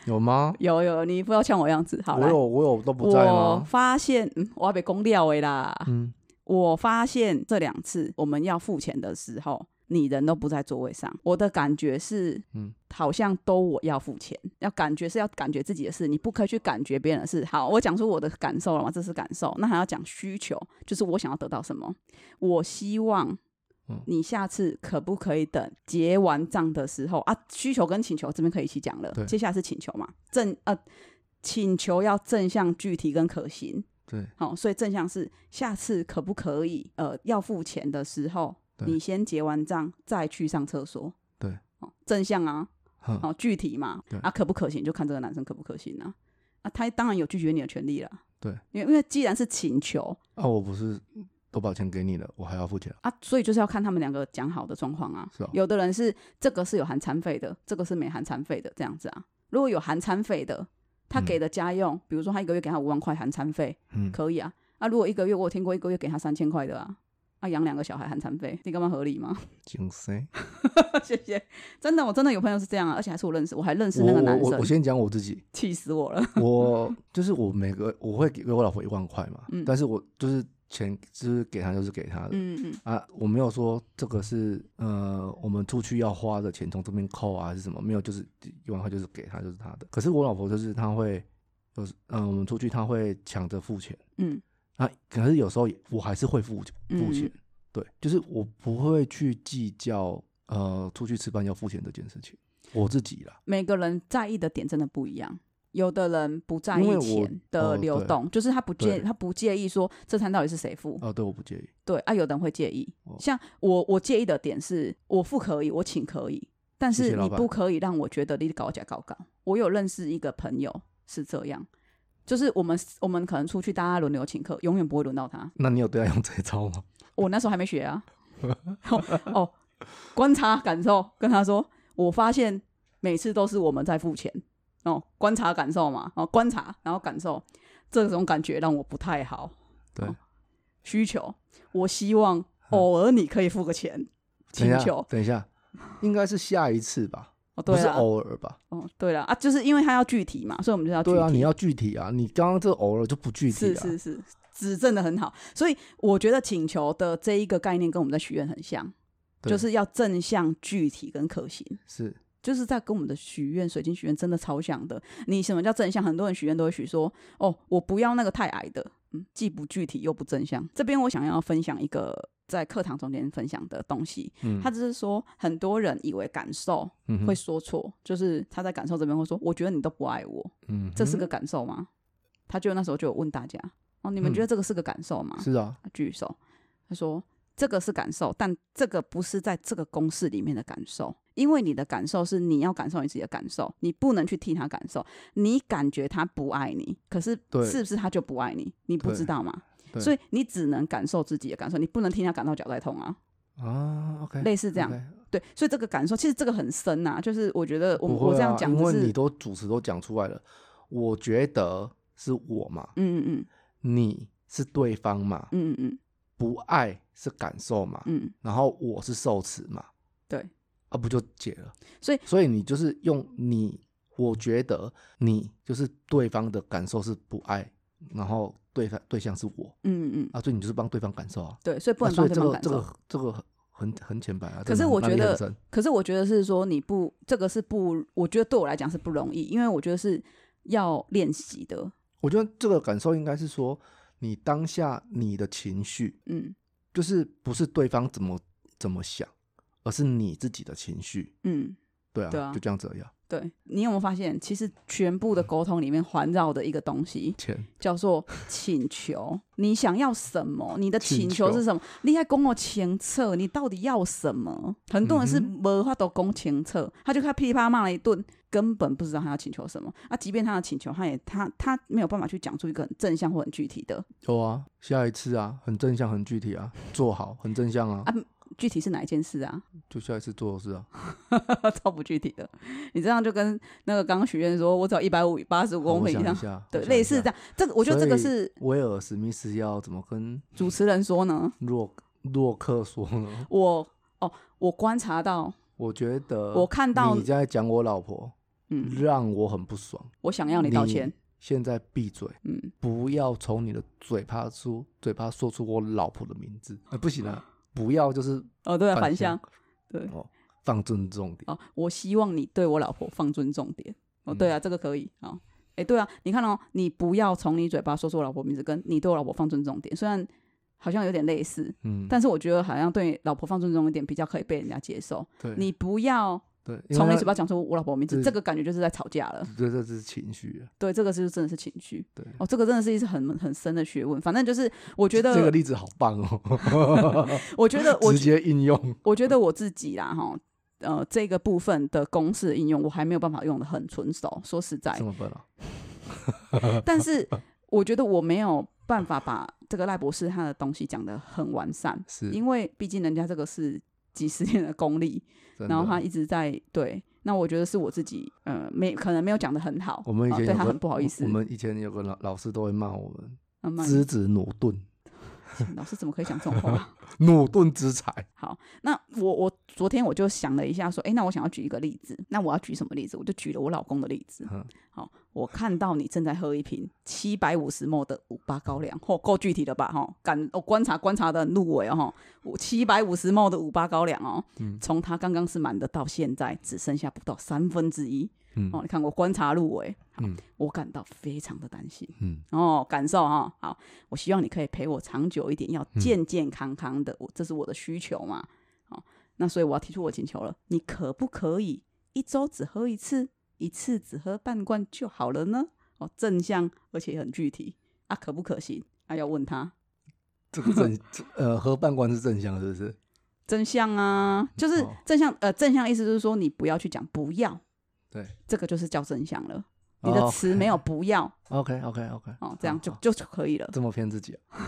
Speaker 1: 有吗？
Speaker 2: 有有，你不要呛我的样子。好
Speaker 1: 我
Speaker 2: 来
Speaker 1: 有，我有都不在
Speaker 2: 我
Speaker 1: 吗？
Speaker 2: 发现，嗯，我要被攻掉的啦。
Speaker 1: 嗯，
Speaker 2: 我发现这两次我们要付钱的时候，你人都不在座位上。我的感觉是，
Speaker 1: 嗯
Speaker 2: 嗯，好像都我要付钱，要感觉是要感觉自己的事，你不可以去感觉别人的事。好，我讲出我的感受了嘛，这是感受，那还要讲需求，就是我想要得到什么，我希望
Speaker 1: 嗯
Speaker 2: 你下次可不可以等结完账的时候啊？需求跟请求这边可以一起讲了
Speaker 1: 对，
Speaker 2: 接下来是请求嘛？正呃，请求要正向、具体跟可行。
Speaker 1: 对，
Speaker 2: 好、所以正向是下次可不可以呃要付钱的时候，
Speaker 1: 对
Speaker 2: 你先结完账再去上厕所。
Speaker 1: 对，
Speaker 2: 哦，正向啊，
Speaker 1: 哼，
Speaker 2: 哦，具体嘛
Speaker 1: 对，
Speaker 2: 啊，可不可行就看这个男生可不可行啊。啊，他当然有拒绝你的权利了。
Speaker 1: 对，
Speaker 2: 因为因为既然是请求
Speaker 1: 啊，我不是都把钱给你了，我还要付钱，
Speaker 2: 啊，所以就是要看他们两个讲好的状况啊。
Speaker 1: 是哦
Speaker 2: 有的人是这个是有含餐费的，这个是没含餐费的，这样子啊。如果有含餐费的，他给的家用，比如说他一个月给他五万块含餐费，
Speaker 1: 嗯，
Speaker 2: 可以啊。啊，如果一个月我有听过一个月给他三千块的啊，啊养两个小孩含餐费，你干嘛合理吗？ (laughs)
Speaker 1: 精神。
Speaker 2: 谢谢，真的，我真的有朋友是这样啊，而且还是我认识，我还认识
Speaker 1: 我
Speaker 2: 那个
Speaker 1: 我
Speaker 2: 男
Speaker 1: 我我呃
Speaker 2: 生，
Speaker 1: 先讲我自
Speaker 2: (laughs)
Speaker 1: 己，
Speaker 2: 气死我了。
Speaker 1: 我就是我每个我会给我老婆一万块嘛，
Speaker 2: 嗯
Speaker 1: 但是我就是钱就是给她就是给她的。
Speaker 2: 嗯嗯，
Speaker 1: 啊，我没有说这个是呃，我们出去要花的钱从这边扣啊，还是什么？没有，就是一万块就是给她，就是她的。可是我老婆就是她会，就是嗯、我们出去她会抢着付钱，
Speaker 2: 嗯，
Speaker 1: 啊，可是有时候也我还是会付付钱，
Speaker 2: 嗯
Speaker 1: 对，就是我不会去计较呃出去吃饭要付钱这件事情，我自己啦，
Speaker 2: 每个人在意的点真的不一样。有的人不在意
Speaker 1: 因为我
Speaker 2: 钱
Speaker 1: 哦
Speaker 2: 的流
Speaker 1: 对
Speaker 2: 动，就是他不介
Speaker 1: 对
Speaker 2: 他不介意说这餐到底是谁付，
Speaker 1: 啊，对，我不介意，
Speaker 2: 对啊，有的人会介意。
Speaker 1: 哦
Speaker 2: 像我，我介意的点是我付可以，我请可以，但
Speaker 1: 谢谢
Speaker 2: 是
Speaker 1: 老
Speaker 2: 你
Speaker 1: 板
Speaker 2: 不可以让我觉得你搞假搞搞。我有认识一个朋友是这样，就是我们我们可能出去大家轮流请客，永远不会轮到他。
Speaker 1: 那你有对她用这招吗？
Speaker 2: 我那时候还没学啊， (laughs) 哦哦，观察感受，跟他说，我发现每次都是我们在付钱哦，观察感受嘛，哦，观察然后感受，这种感觉让我不太好。
Speaker 1: 对，嗯
Speaker 2: 哦需求，我希望偶尔你可以付个钱，
Speaker 1: 等一
Speaker 2: 请
Speaker 1: 下
Speaker 2: 求。
Speaker 1: 等一下，应该是下一次吧，
Speaker 2: 哦，
Speaker 1: 不
Speaker 2: 对
Speaker 1: 是
Speaker 2: 啊，
Speaker 1: 偶尔吧？
Speaker 2: 哦，对了啊，就是因为他要具体嘛，所以我们就要具体。
Speaker 1: 对啊，你要具体啊，你刚刚这偶尔就不具体啊
Speaker 2: 是
Speaker 1: 了，
Speaker 2: 是是，指正的很好。所以我觉得请求的这一个概念跟我们在许愿很像，
Speaker 1: 对
Speaker 2: 就是要正向、具体跟可行。
Speaker 1: 是
Speaker 2: 就是在跟我们的许愿、水晶许愿真的超像的。你什么叫正向？很多人许愿都会许说：“哦，我不要那个太矮的。”嗯，既不具体又不正向。这边我想要分享一个在课堂中间分享的东西，
Speaker 1: 嗯
Speaker 2: 他只是说很多人以为感受
Speaker 1: 嗯哼
Speaker 2: 会说错，就是他在感受这边会说：“我觉得你都不爱我。
Speaker 1: 嗯”，
Speaker 2: 这是个感受吗？他就那时候就有问大家：“哦，你们
Speaker 1: 嗯
Speaker 2: 觉得这个是个感受吗？”
Speaker 1: 是啊，
Speaker 2: 举手，他说这个是感受，但这个不是在这个公式里面的感受，因为你的感受是你要感受你自己的感受，你不能去替他感受。你感觉他不爱你，可是
Speaker 1: 对
Speaker 2: 是不是他就不爱你？你不
Speaker 1: 对
Speaker 2: 知道嘛
Speaker 1: 对？
Speaker 2: 所以你只能感受自己的感受，你不能替他感到脚在痛啊，
Speaker 1: 啊，OK，
Speaker 2: 类似这样。
Speaker 1: OK
Speaker 2: 对，所以这个感受其实这个很深呐、就是我觉得我、
Speaker 1: 不会
Speaker 2: 我这样
Speaker 1: 啊
Speaker 2: 讲
Speaker 1: 因
Speaker 2: 就
Speaker 1: 为
Speaker 2: 是
Speaker 1: 你，都主持都讲出来了，我觉得是我嘛，
Speaker 2: 嗯嗯嗯
Speaker 1: 你是对方嘛，
Speaker 2: 嗯嗯
Speaker 1: 不爱是感受嘛，
Speaker 2: 嗯嗯，
Speaker 1: 然后我是受词嘛，
Speaker 2: 对，
Speaker 1: 啊不就解了？
Speaker 2: 所以
Speaker 1: 所以你就是用你，我觉得你就是对方的感受是不爱，然后对方对象是我
Speaker 2: 嗯嗯嗯，
Speaker 1: 啊，所以你就是帮对方感受啊，
Speaker 2: 对，所以不
Speaker 1: 那
Speaker 2: 能
Speaker 1: 所
Speaker 2: 帮
Speaker 1: 以
Speaker 2: 对
Speaker 1: 这
Speaker 2: 方
Speaker 1: 个
Speaker 2: 感
Speaker 1: 这
Speaker 2: 受。
Speaker 1: 个这个很很浅白啊。
Speaker 2: 可
Speaker 1: 真
Speaker 2: 是
Speaker 1: 的
Speaker 2: 我
Speaker 1: 哪
Speaker 2: 觉
Speaker 1: 里很
Speaker 2: 得
Speaker 1: 深
Speaker 2: 可是我觉得是说你不，这个是不，我觉得对我来讲是不容易，因为我觉得是要练习的。
Speaker 1: 我觉得这个感受应该是说，你当下你的情绪，
Speaker 2: 嗯
Speaker 1: 就是不是对方怎么怎么想，而是你自己的情绪。
Speaker 2: 嗯，
Speaker 1: 对啊，
Speaker 2: 对啊
Speaker 1: 就这样子而已、啊。
Speaker 2: 对你有没有发现，其实全部的沟通里面环绕的一个东西
Speaker 1: 钱
Speaker 2: 叫做请求。你想要什么？你的
Speaker 1: 请
Speaker 2: 请
Speaker 1: 求
Speaker 2: 求是什么？你还跟我前测，你到底要什么？很多人是
Speaker 1: 嗯
Speaker 2: 没法都攻前测，他就开始噼里啪啦骂了一顿，根本不知道他要请求什么。啊，即便他要请求，他也他他没有办法去讲出一个很正向或很具体的。
Speaker 1: 有啊，下一次啊，很正向，很具体啊，做好，很正向啊，
Speaker 2: 啊具体是哪一件事啊？
Speaker 1: 就下一次做的事啊。
Speaker 2: (laughs) 超不具体的。你这样就跟那个刚刚许愿说，我只要一百五、八十五
Speaker 1: 好
Speaker 2: 公分以
Speaker 1: 我想一
Speaker 2: 上，
Speaker 1: 下，
Speaker 2: 对，类似这
Speaker 1: 样。
Speaker 2: 样。这个我觉得这个
Speaker 1: 所以
Speaker 2: 是
Speaker 1: 威尔史密斯要怎么跟
Speaker 2: 主持人说呢，
Speaker 1: 洛洛克说呢？ (laughs)
Speaker 2: 我哦，我观察到，
Speaker 1: 我觉得
Speaker 2: 我看到
Speaker 1: 你，在讲我老婆，
Speaker 2: 嗯，
Speaker 1: 让我很不爽。
Speaker 2: 我想要你道歉，。
Speaker 1: 现在闭嘴，
Speaker 2: 嗯，
Speaker 1: 不要从你的嘴巴出嘴巴说出我老婆的名字，呃、不行啊，不要就是
Speaker 2: 哦，对啊，
Speaker 1: 反
Speaker 2: 反
Speaker 1: 向
Speaker 2: 向，对，
Speaker 1: 哦放尊重点。
Speaker 2: 哦，我希望你对我老婆放尊重点。哦，对啊，
Speaker 1: 嗯
Speaker 2: 这个可以，好。哦哎，对啊，你看哦，你不要从你嘴巴说出我老婆名字，跟你对我老婆放尊重点。虽然好像有点类似，
Speaker 1: 嗯，
Speaker 2: 但是我觉得好像对老婆放尊重一点比较可以被人家接受。
Speaker 1: 对
Speaker 2: 你不要
Speaker 1: 对，因为
Speaker 2: 从你
Speaker 1: 他
Speaker 2: 嘴巴讲出我老婆的名字，
Speaker 1: 对
Speaker 2: 这个感觉就是在吵架了。
Speaker 1: 对，这是情绪啊，
Speaker 2: 对，这个是真的是情绪。
Speaker 1: 对。
Speaker 2: 哦，这个真的是一是很很深的学问。反正就是，我觉
Speaker 1: 这个
Speaker 2: 得，
Speaker 1: 例子好棒哦，
Speaker 2: 我觉得我
Speaker 1: 直接应用。
Speaker 2: 我觉得我自己啦，哈，呃，这个部分的公式的应用，我还没有办法用的很纯熟。说实在
Speaker 1: 这，么笨啊？(laughs)
Speaker 2: 但是我觉得我没有办法把这个赖博士他的东西讲得很完善，
Speaker 1: 是，
Speaker 2: 因为毕竟人家这个是几十年的功力，
Speaker 1: 真
Speaker 2: 然后
Speaker 1: 的啊
Speaker 2: 他一直在对。那我觉得是我自己，呃，没可能没有讲得很好，
Speaker 1: 我们以
Speaker 2: 呃
Speaker 1: 前有
Speaker 2: 对他
Speaker 1: 个
Speaker 2: 很不好意思。
Speaker 1: 我们以前有个老老师都会骂我们
Speaker 2: 嗯慢
Speaker 1: 知子挪顿，
Speaker 2: 老师怎么可以讲这
Speaker 1: (laughs)
Speaker 2: 种话？
Speaker 1: 挪顿之才。
Speaker 2: 好，那我我昨天我就想了一下，说，诶，那我想要举一个例子，那我要举什么例子？我就举了我老公的例子
Speaker 1: 嗯。
Speaker 2: 好，我看到你正在喝一瓶七百五十 ml 的五八高粱，嚯、够具体了吧？哈、感我、观察观察的很入围哦，我七百五十 ml 的五八高粱哦，
Speaker 1: 嗯
Speaker 2: 从它刚刚是满的到现在只剩下不到三分之一
Speaker 1: 嗯
Speaker 2: 哦，你看我观察入围，好
Speaker 1: 嗯
Speaker 2: 我感到非常的担心。
Speaker 1: 嗯，
Speaker 2: 哦，感受哈、好，我希望你可以陪我长久一点，要
Speaker 1: 嗯
Speaker 2: 健健康康的，我这是我的需求嘛。好，那所以我要提出我请求了，你可不可以一周只喝一次，一次只喝半罐就好了呢？哦，正向而且很具体啊，可不可行？啊，要问他
Speaker 1: 这个正这呃喝半罐是正向是不是？
Speaker 2: 正向啊，就是
Speaker 1: 哦
Speaker 2: 正向，呃，正向意思就是说你不要去讲不要，
Speaker 1: 对，
Speaker 2: 这个就是叫正向了。你的
Speaker 1: 哦
Speaker 2: 词没有不要
Speaker 1: OK OK OK，
Speaker 2: 哦，这样就
Speaker 1: 好
Speaker 2: 就可以了。
Speaker 1: 这么骗自己啊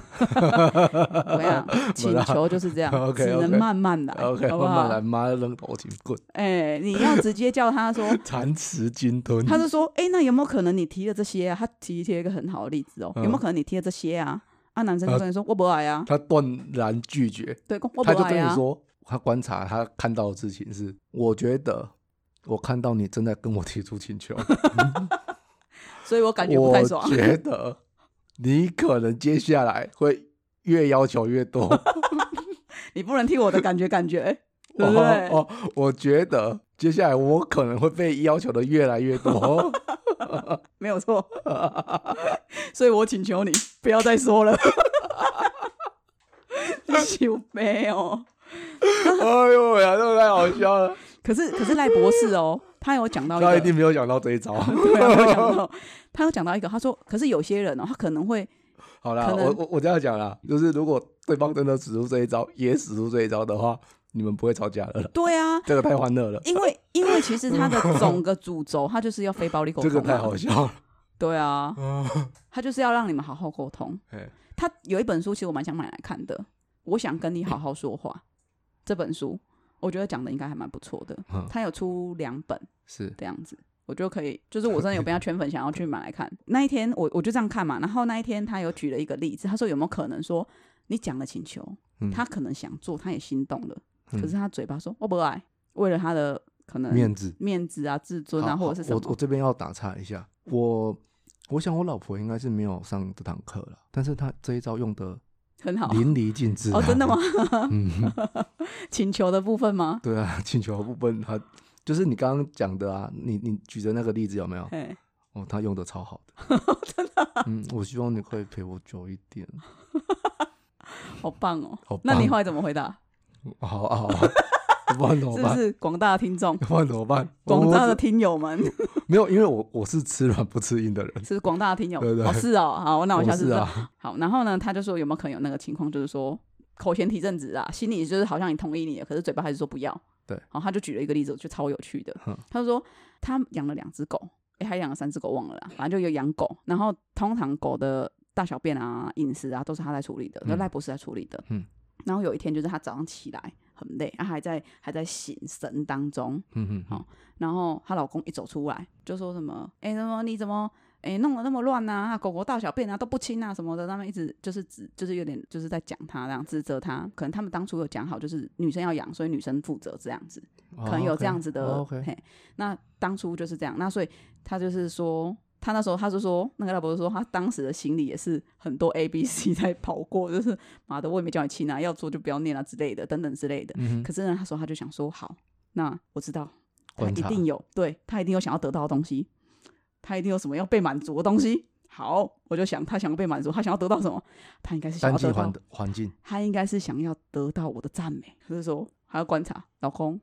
Speaker 2: 我跟
Speaker 1: (laughs)
Speaker 2: 你讲，请求就是这样，
Speaker 1: OK，OK
Speaker 2: 只能慢慢来，
Speaker 1: ？OK，慢
Speaker 2: 好不好？
Speaker 1: 慢来，妈的扔头巾棍，
Speaker 2: 哎、你要直接叫
Speaker 1: (laughs)
Speaker 2: 他说，
Speaker 1: 蚕食鲸吞。
Speaker 2: 他就说，哎、那有没有可能你提的这些啊？他提提了一个很好的例子哦，
Speaker 1: 嗯
Speaker 2: 有没有可能你提的这些啊？啊，男生就跟你说，我不爱啊，
Speaker 1: 他断然拒绝，
Speaker 2: 对，讲我
Speaker 1: 他
Speaker 2: 不
Speaker 1: 就
Speaker 2: 爱
Speaker 1: 跟你
Speaker 2: 啊，
Speaker 1: 说，他观察他看到的事情是，我觉得我看到你正在跟我提出请求，
Speaker 2: 所以我感觉啊不太爽
Speaker 1: 我。觉得你可能接下来会越要求越
Speaker 2: (laughs)
Speaker 1: 多。
Speaker 2: (laughs)
Speaker 1: 哦
Speaker 2: 你不能替我的感觉感
Speaker 1: (laughs)
Speaker 2: 觉，哎对不对？
Speaker 1: 哦哦，我觉得接下来我可能会被要求的越来越多。 (laughs)
Speaker 2: 没有错，所以我请求你不要再说了。 (laughs) 你有没有？
Speaker 1: 哎呦喂、啊，这个太好笑了！
Speaker 2: 可是可是赖博士哦，他有讲到一
Speaker 1: 他
Speaker 2: 个
Speaker 1: 一定没有想到这一招。 (laughs)
Speaker 2: 对啊，他有讲到，他有讲到一个，他说，可是有些人哦，他可能会，
Speaker 1: 好啦，
Speaker 2: 可能
Speaker 1: 我我我这样讲啦，就是如果对方真的使出这一招，也使出这一招的话，你们不会吵架了啦。
Speaker 2: 对啊，
Speaker 1: 这个太欢乐
Speaker 2: (laughs)
Speaker 1: 了，
Speaker 2: 因为因为其实他的总个主轴，他就是要非暴力沟
Speaker 1: 这
Speaker 2: 通、
Speaker 1: (laughs)
Speaker 2: 啊，
Speaker 1: 个太好笑了。
Speaker 2: 对啊，
Speaker 1: 啊
Speaker 2: 他就是要让你们好好沟通。
Speaker 1: 哎
Speaker 2: 他有一本书，其实我蛮想买来看的，《我想跟你好好说话》这本书，我觉得讲的应该还蛮不错的
Speaker 1: 嗯。
Speaker 2: 他有出两本
Speaker 1: 是
Speaker 2: 这样子。我就可以，就是我真的有被他圈粉，想要去买来看。那一天我我就这样看嘛，然后那一天他有举了一个例子，他说有没有可能说你讲了请求，
Speaker 1: 嗯
Speaker 2: 他可能想做，他也心动了，
Speaker 1: 嗯
Speaker 2: 可是他嘴巴说我不爱，为了他的可能
Speaker 1: 面子，
Speaker 2: 面子啊、自尊啊，
Speaker 1: 好
Speaker 2: 嗯或者是什
Speaker 1: 我我
Speaker 2: 么，
Speaker 1: 这边要打岔一下，我我想我老婆应该是没有上这堂课了，但是她这一招用的
Speaker 2: 很好。
Speaker 1: 淋漓尽致、啊
Speaker 2: 哦，真的吗？
Speaker 1: 嗯，
Speaker 2: (laughs) 请求的部分吗？
Speaker 1: 对啊， (laughs) 请求部分她就是你刚刚讲的啊，你你举的那个例子有没有？
Speaker 2: 哎，
Speaker 1: 哦，她用的超好的，
Speaker 2: (laughs)
Speaker 1: 真
Speaker 2: 啊
Speaker 1: 的。嗯，我希望你可以陪我久一点。
Speaker 2: 好棒哦！
Speaker 1: 好棒
Speaker 2: 那你后来怎么回答？
Speaker 1: 好啊好啊，不然怎么
Speaker 2: 是不
Speaker 1: 办？
Speaker 2: 是广大的听众、
Speaker 1: (laughs) 不然怎么办？我
Speaker 2: 广大
Speaker 1: 我
Speaker 2: 的听友们，
Speaker 1: 没有，因为我我是吃软不吃硬的人。
Speaker 2: 是广大的听友？
Speaker 1: 对对
Speaker 2: 哦，是哦。好， (laughs) 那我下次
Speaker 1: 是
Speaker 2: 知道
Speaker 1: 啊，
Speaker 2: 好，然后呢，他就说有没有可能有那个情况，就是说口嫌体正直啊，心里就是好像你同意你了，可是嘴巴还是说不要。
Speaker 1: 对
Speaker 2: 然后他就举了一个例子，就超有趣的
Speaker 1: 哼。
Speaker 2: 他就说他养了两只狗，诶，还养了三只狗，忘了啦，反正就有养狗。然后通常狗的大小便啊、饮食啊，都是他在处理的，
Speaker 1: 嗯
Speaker 2: 都赖博士在处理的。
Speaker 1: 嗯。
Speaker 2: 然后有一天就是他早上起来很累，他、还在还在醒神当中，
Speaker 1: 嗯嗯，
Speaker 2: 好然后她老公一走出来，就说什么：“哎、怎么你怎么哎、弄得那么乱呐、啊？狗狗大小便啊都不清啊什么的。”他们一直就是指就是有点就是在讲她这样指责她。可能他们当初有讲好，就是女生要养，所以女生负责这样子，
Speaker 1: 可
Speaker 2: 可能有这样子的。
Speaker 1: 哦 OK，
Speaker 2: 嘿，那当初就是这样，那所以她就是说。她那时候，她就说，那个老伯说，她当时的心里也是很多 A、B、C (laughs) 在跑过，就是妈的，我也没叫你亲啊，要做就不要念啊之类的，等等之类的。
Speaker 1: 嗯哼，
Speaker 2: 可是呢，他说他就想说，好，那我知道他
Speaker 1: 观
Speaker 2: 一
Speaker 1: 察
Speaker 2: 定有，对他一定有想要得到的东西，他一定有什么要被满足的东西。好，我就想他想要被满足，他想要得到什么？他应该是想
Speaker 1: 单
Speaker 2: 要
Speaker 1: 季
Speaker 2: 得到
Speaker 1: 环，环境，
Speaker 2: 他应该是想要得到我的赞美。他就说还要观察，老公，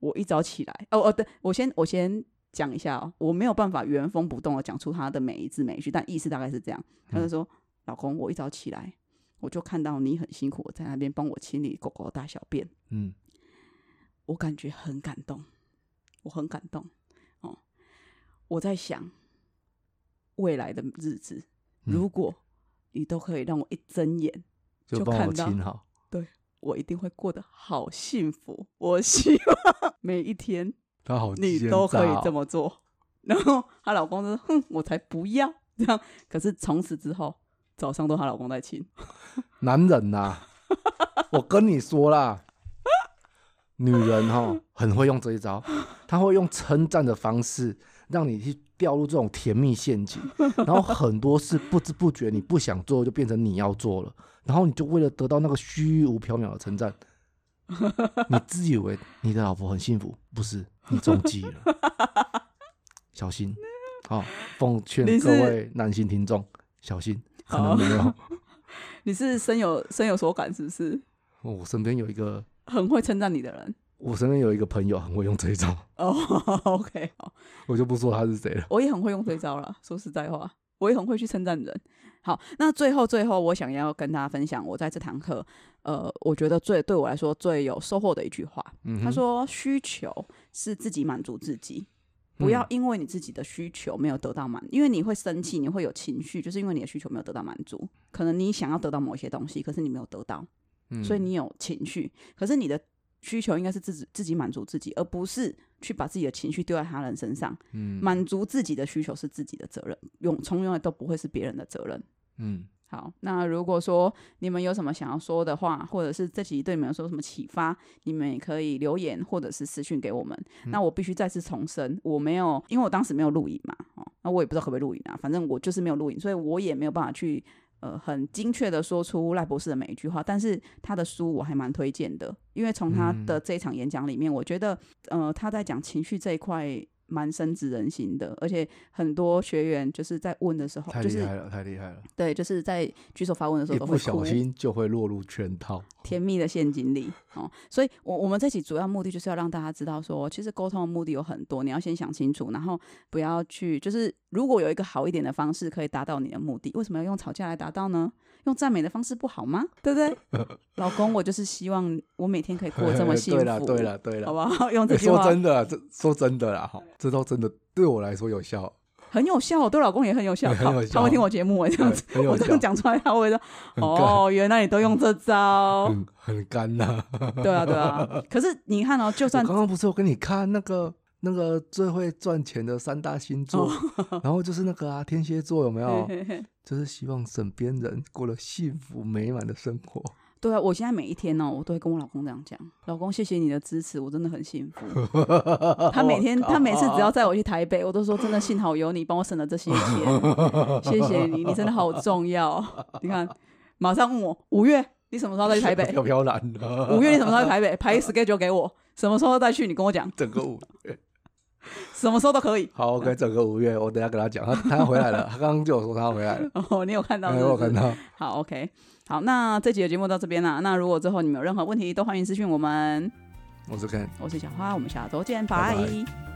Speaker 2: 我一早起来，哦哦，对我先我先讲一下哦，我没有办法原封不动的讲出他的每一字每一句，但意思大概是这样。
Speaker 1: 嗯
Speaker 2: 他就说，老公，我一早起来，我就看到你很辛苦地在那边帮我清理狗狗的大小便。
Speaker 1: 嗯，
Speaker 2: 我感觉很感动，我很感动哦。我在想，未来的日子，
Speaker 1: 嗯
Speaker 2: 如果你都可以让我一睁眼，
Speaker 1: 就
Speaker 2: 就
Speaker 1: 帮我
Speaker 2: 看到
Speaker 1: 亲好。
Speaker 2: 我一定会过得好幸福。我希望每一天
Speaker 1: 他好奸诈哦，
Speaker 2: 你都可以这么做。然后她老公就说：“哼，我才不要这样。”可是从此之后，早上都她老公在亲。
Speaker 1: 男人呐、啊
Speaker 2: (laughs)
Speaker 1: 我跟你说啦，女人哈很会用这一招，她会用称赞的方式让你去掉入这种甜蜜陷阱，然后很多事不知不觉你不想做就变成你要做了，然后你就为了得到那个虚无缥缈的称赞，你自以为你的老婆很幸福，不是你中计了，小
Speaker 2: (laughs)
Speaker 1: 心！好，奉劝
Speaker 2: 你是
Speaker 1: 各位男性听众小心，可能没有。
Speaker 2: 你是深有深有所感，是不是？
Speaker 1: 哦我身边有一个，
Speaker 2: 很会称赞你的人
Speaker 1: 我身边有一个朋友很会用这一招，
Speaker 2: 哦。OK，好。哦
Speaker 1: 我就不说他是谁了。
Speaker 2: 我也很会用这招了。说实在话，我也很会去称赞人。好，那最后最后，我想要跟大家分享，我在这堂课，呃，我觉得最对我来说最有收获的一句话。
Speaker 1: 嗯
Speaker 2: 他
Speaker 1: 哼，
Speaker 2: 说：“需求是自己满足自己，
Speaker 1: 嗯
Speaker 2: 不要因为你自己的需求没有得到满，因为你会生气，你会有情绪，就是因为你的需求没有得到满足。可能你想要得到某些东西，可是你没有得到，
Speaker 1: 嗯
Speaker 2: 所以你有情绪，可是你的需求应该是自己自己满足自己，而不是去把自己的情绪丢在他人身上。
Speaker 1: 嗯
Speaker 2: 满足自己的需求是自己的责任，永从永远都不会是别人的责任。
Speaker 1: 嗯
Speaker 2: 好，那如果说你们有什么想要说的话，或者是这集对你们有说什么启发，你们也可以留言或者是私讯给我们。
Speaker 1: 嗯
Speaker 2: 那我必须再次重申，我没有，因为我当时没有录影嘛，哦，那我也不知道可不可以录影啊，反正我就是没有录影，所以我也没有办法去呃很精确的说出赖博士的每一句话。但是他的书我还蛮推荐的，因为从他
Speaker 1: 嗯
Speaker 2: 的这一场演讲里面，我觉得呃他在讲情绪这一块。蛮深植人心的，而且很多学员就是在问的时候，
Speaker 1: 太
Speaker 2: 就
Speaker 1: 厉
Speaker 2: 是
Speaker 1: 害了，太厉害了，
Speaker 2: 对，就是在举手发问的时候
Speaker 1: 一
Speaker 2: 都
Speaker 1: 不
Speaker 2: 会
Speaker 1: 小
Speaker 2: 哭，欸
Speaker 1: 心就会落入圈套。
Speaker 2: 甜蜜的陷阱里哦。所以我我们这期主要目的就是要让大家知道说，其实沟通的目的有很多，你要先想清楚，然后不要去就是如果有一个好一点的方式可以达到你的目的，为什么要用吵架来达到呢？用赞美的方式不好吗？对不对？老公，我就是希望 (laughs) 我每天可以过得这么幸
Speaker 1: (laughs) 对
Speaker 2: 福。
Speaker 1: 了，对，了，对
Speaker 2: 好
Speaker 1: 了。
Speaker 2: 不好？ (laughs) 用这
Speaker 1: 欸
Speaker 2: 句话
Speaker 1: 说真的啊，这说真的啦，哈，这招真的对我来说有效，
Speaker 2: 很有效，对老公也很有效，
Speaker 1: (laughs) 很
Speaker 2: 好
Speaker 1: 有效
Speaker 2: 他会听我节目， (laughs) 欸这样子。
Speaker 1: 很有
Speaker 2: 我这样
Speaker 1: 效，
Speaker 2: 讲出来，他会说：“
Speaker 1: 很干，
Speaker 2: 哦，原来你都用
Speaker 1: (laughs)
Speaker 2: 这招。”
Speaker 1: 很很干呐。 (laughs)
Speaker 2: 对啊，对啊。可是你看哦，就
Speaker 1: 我
Speaker 2: 算
Speaker 1: 刚刚不是有跟你看那个那个最会赚钱的三大星座，
Speaker 2: 哦
Speaker 1: 然后就是那个啊天蝎座有没
Speaker 2: (laughs)
Speaker 1: 有？就是希望枕边人过了幸福美满的生活。
Speaker 2: 对啊，我现在每一天呢、我都会跟我老公这样讲：“老公，谢谢你的支持，我真的很
Speaker 1: (laughs)
Speaker 2: 幸福。他每天，
Speaker 1: Oh，
Speaker 2: 他每次只要载我去台北，我都说真的，幸好有你帮我省了这
Speaker 1: (laughs)
Speaker 2: 些钱，谢谢你，你真的好重要。 (laughs) 你看，马上问我五月你什么时候再去
Speaker 1: (laughs)
Speaker 2: 台北？
Speaker 1: 飘飘然的，
Speaker 2: 五月你什么时候去台北？排 schedule 给我，什么时候再去？你跟我讲，
Speaker 1: 整个五月
Speaker 2: 什么时候都可以。 (laughs)
Speaker 1: 好，OK，整个五月，我等一下跟他讲，他他回来了，他刚刚就有说他回来
Speaker 2: (laughs)
Speaker 1: 了，
Speaker 2: 哦，你有看到
Speaker 1: 哎，
Speaker 2: 是不
Speaker 1: 我
Speaker 2: 是
Speaker 1: 看
Speaker 2: (laughs)
Speaker 1: 到，
Speaker 2: 好，OK，好，那这集的节目到这边啦。那如果之后你们有任何问题，都欢迎私讯我们。
Speaker 1: 我是看。
Speaker 2: 我是小花，我们下周见，
Speaker 1: 拜拜
Speaker 2: 拜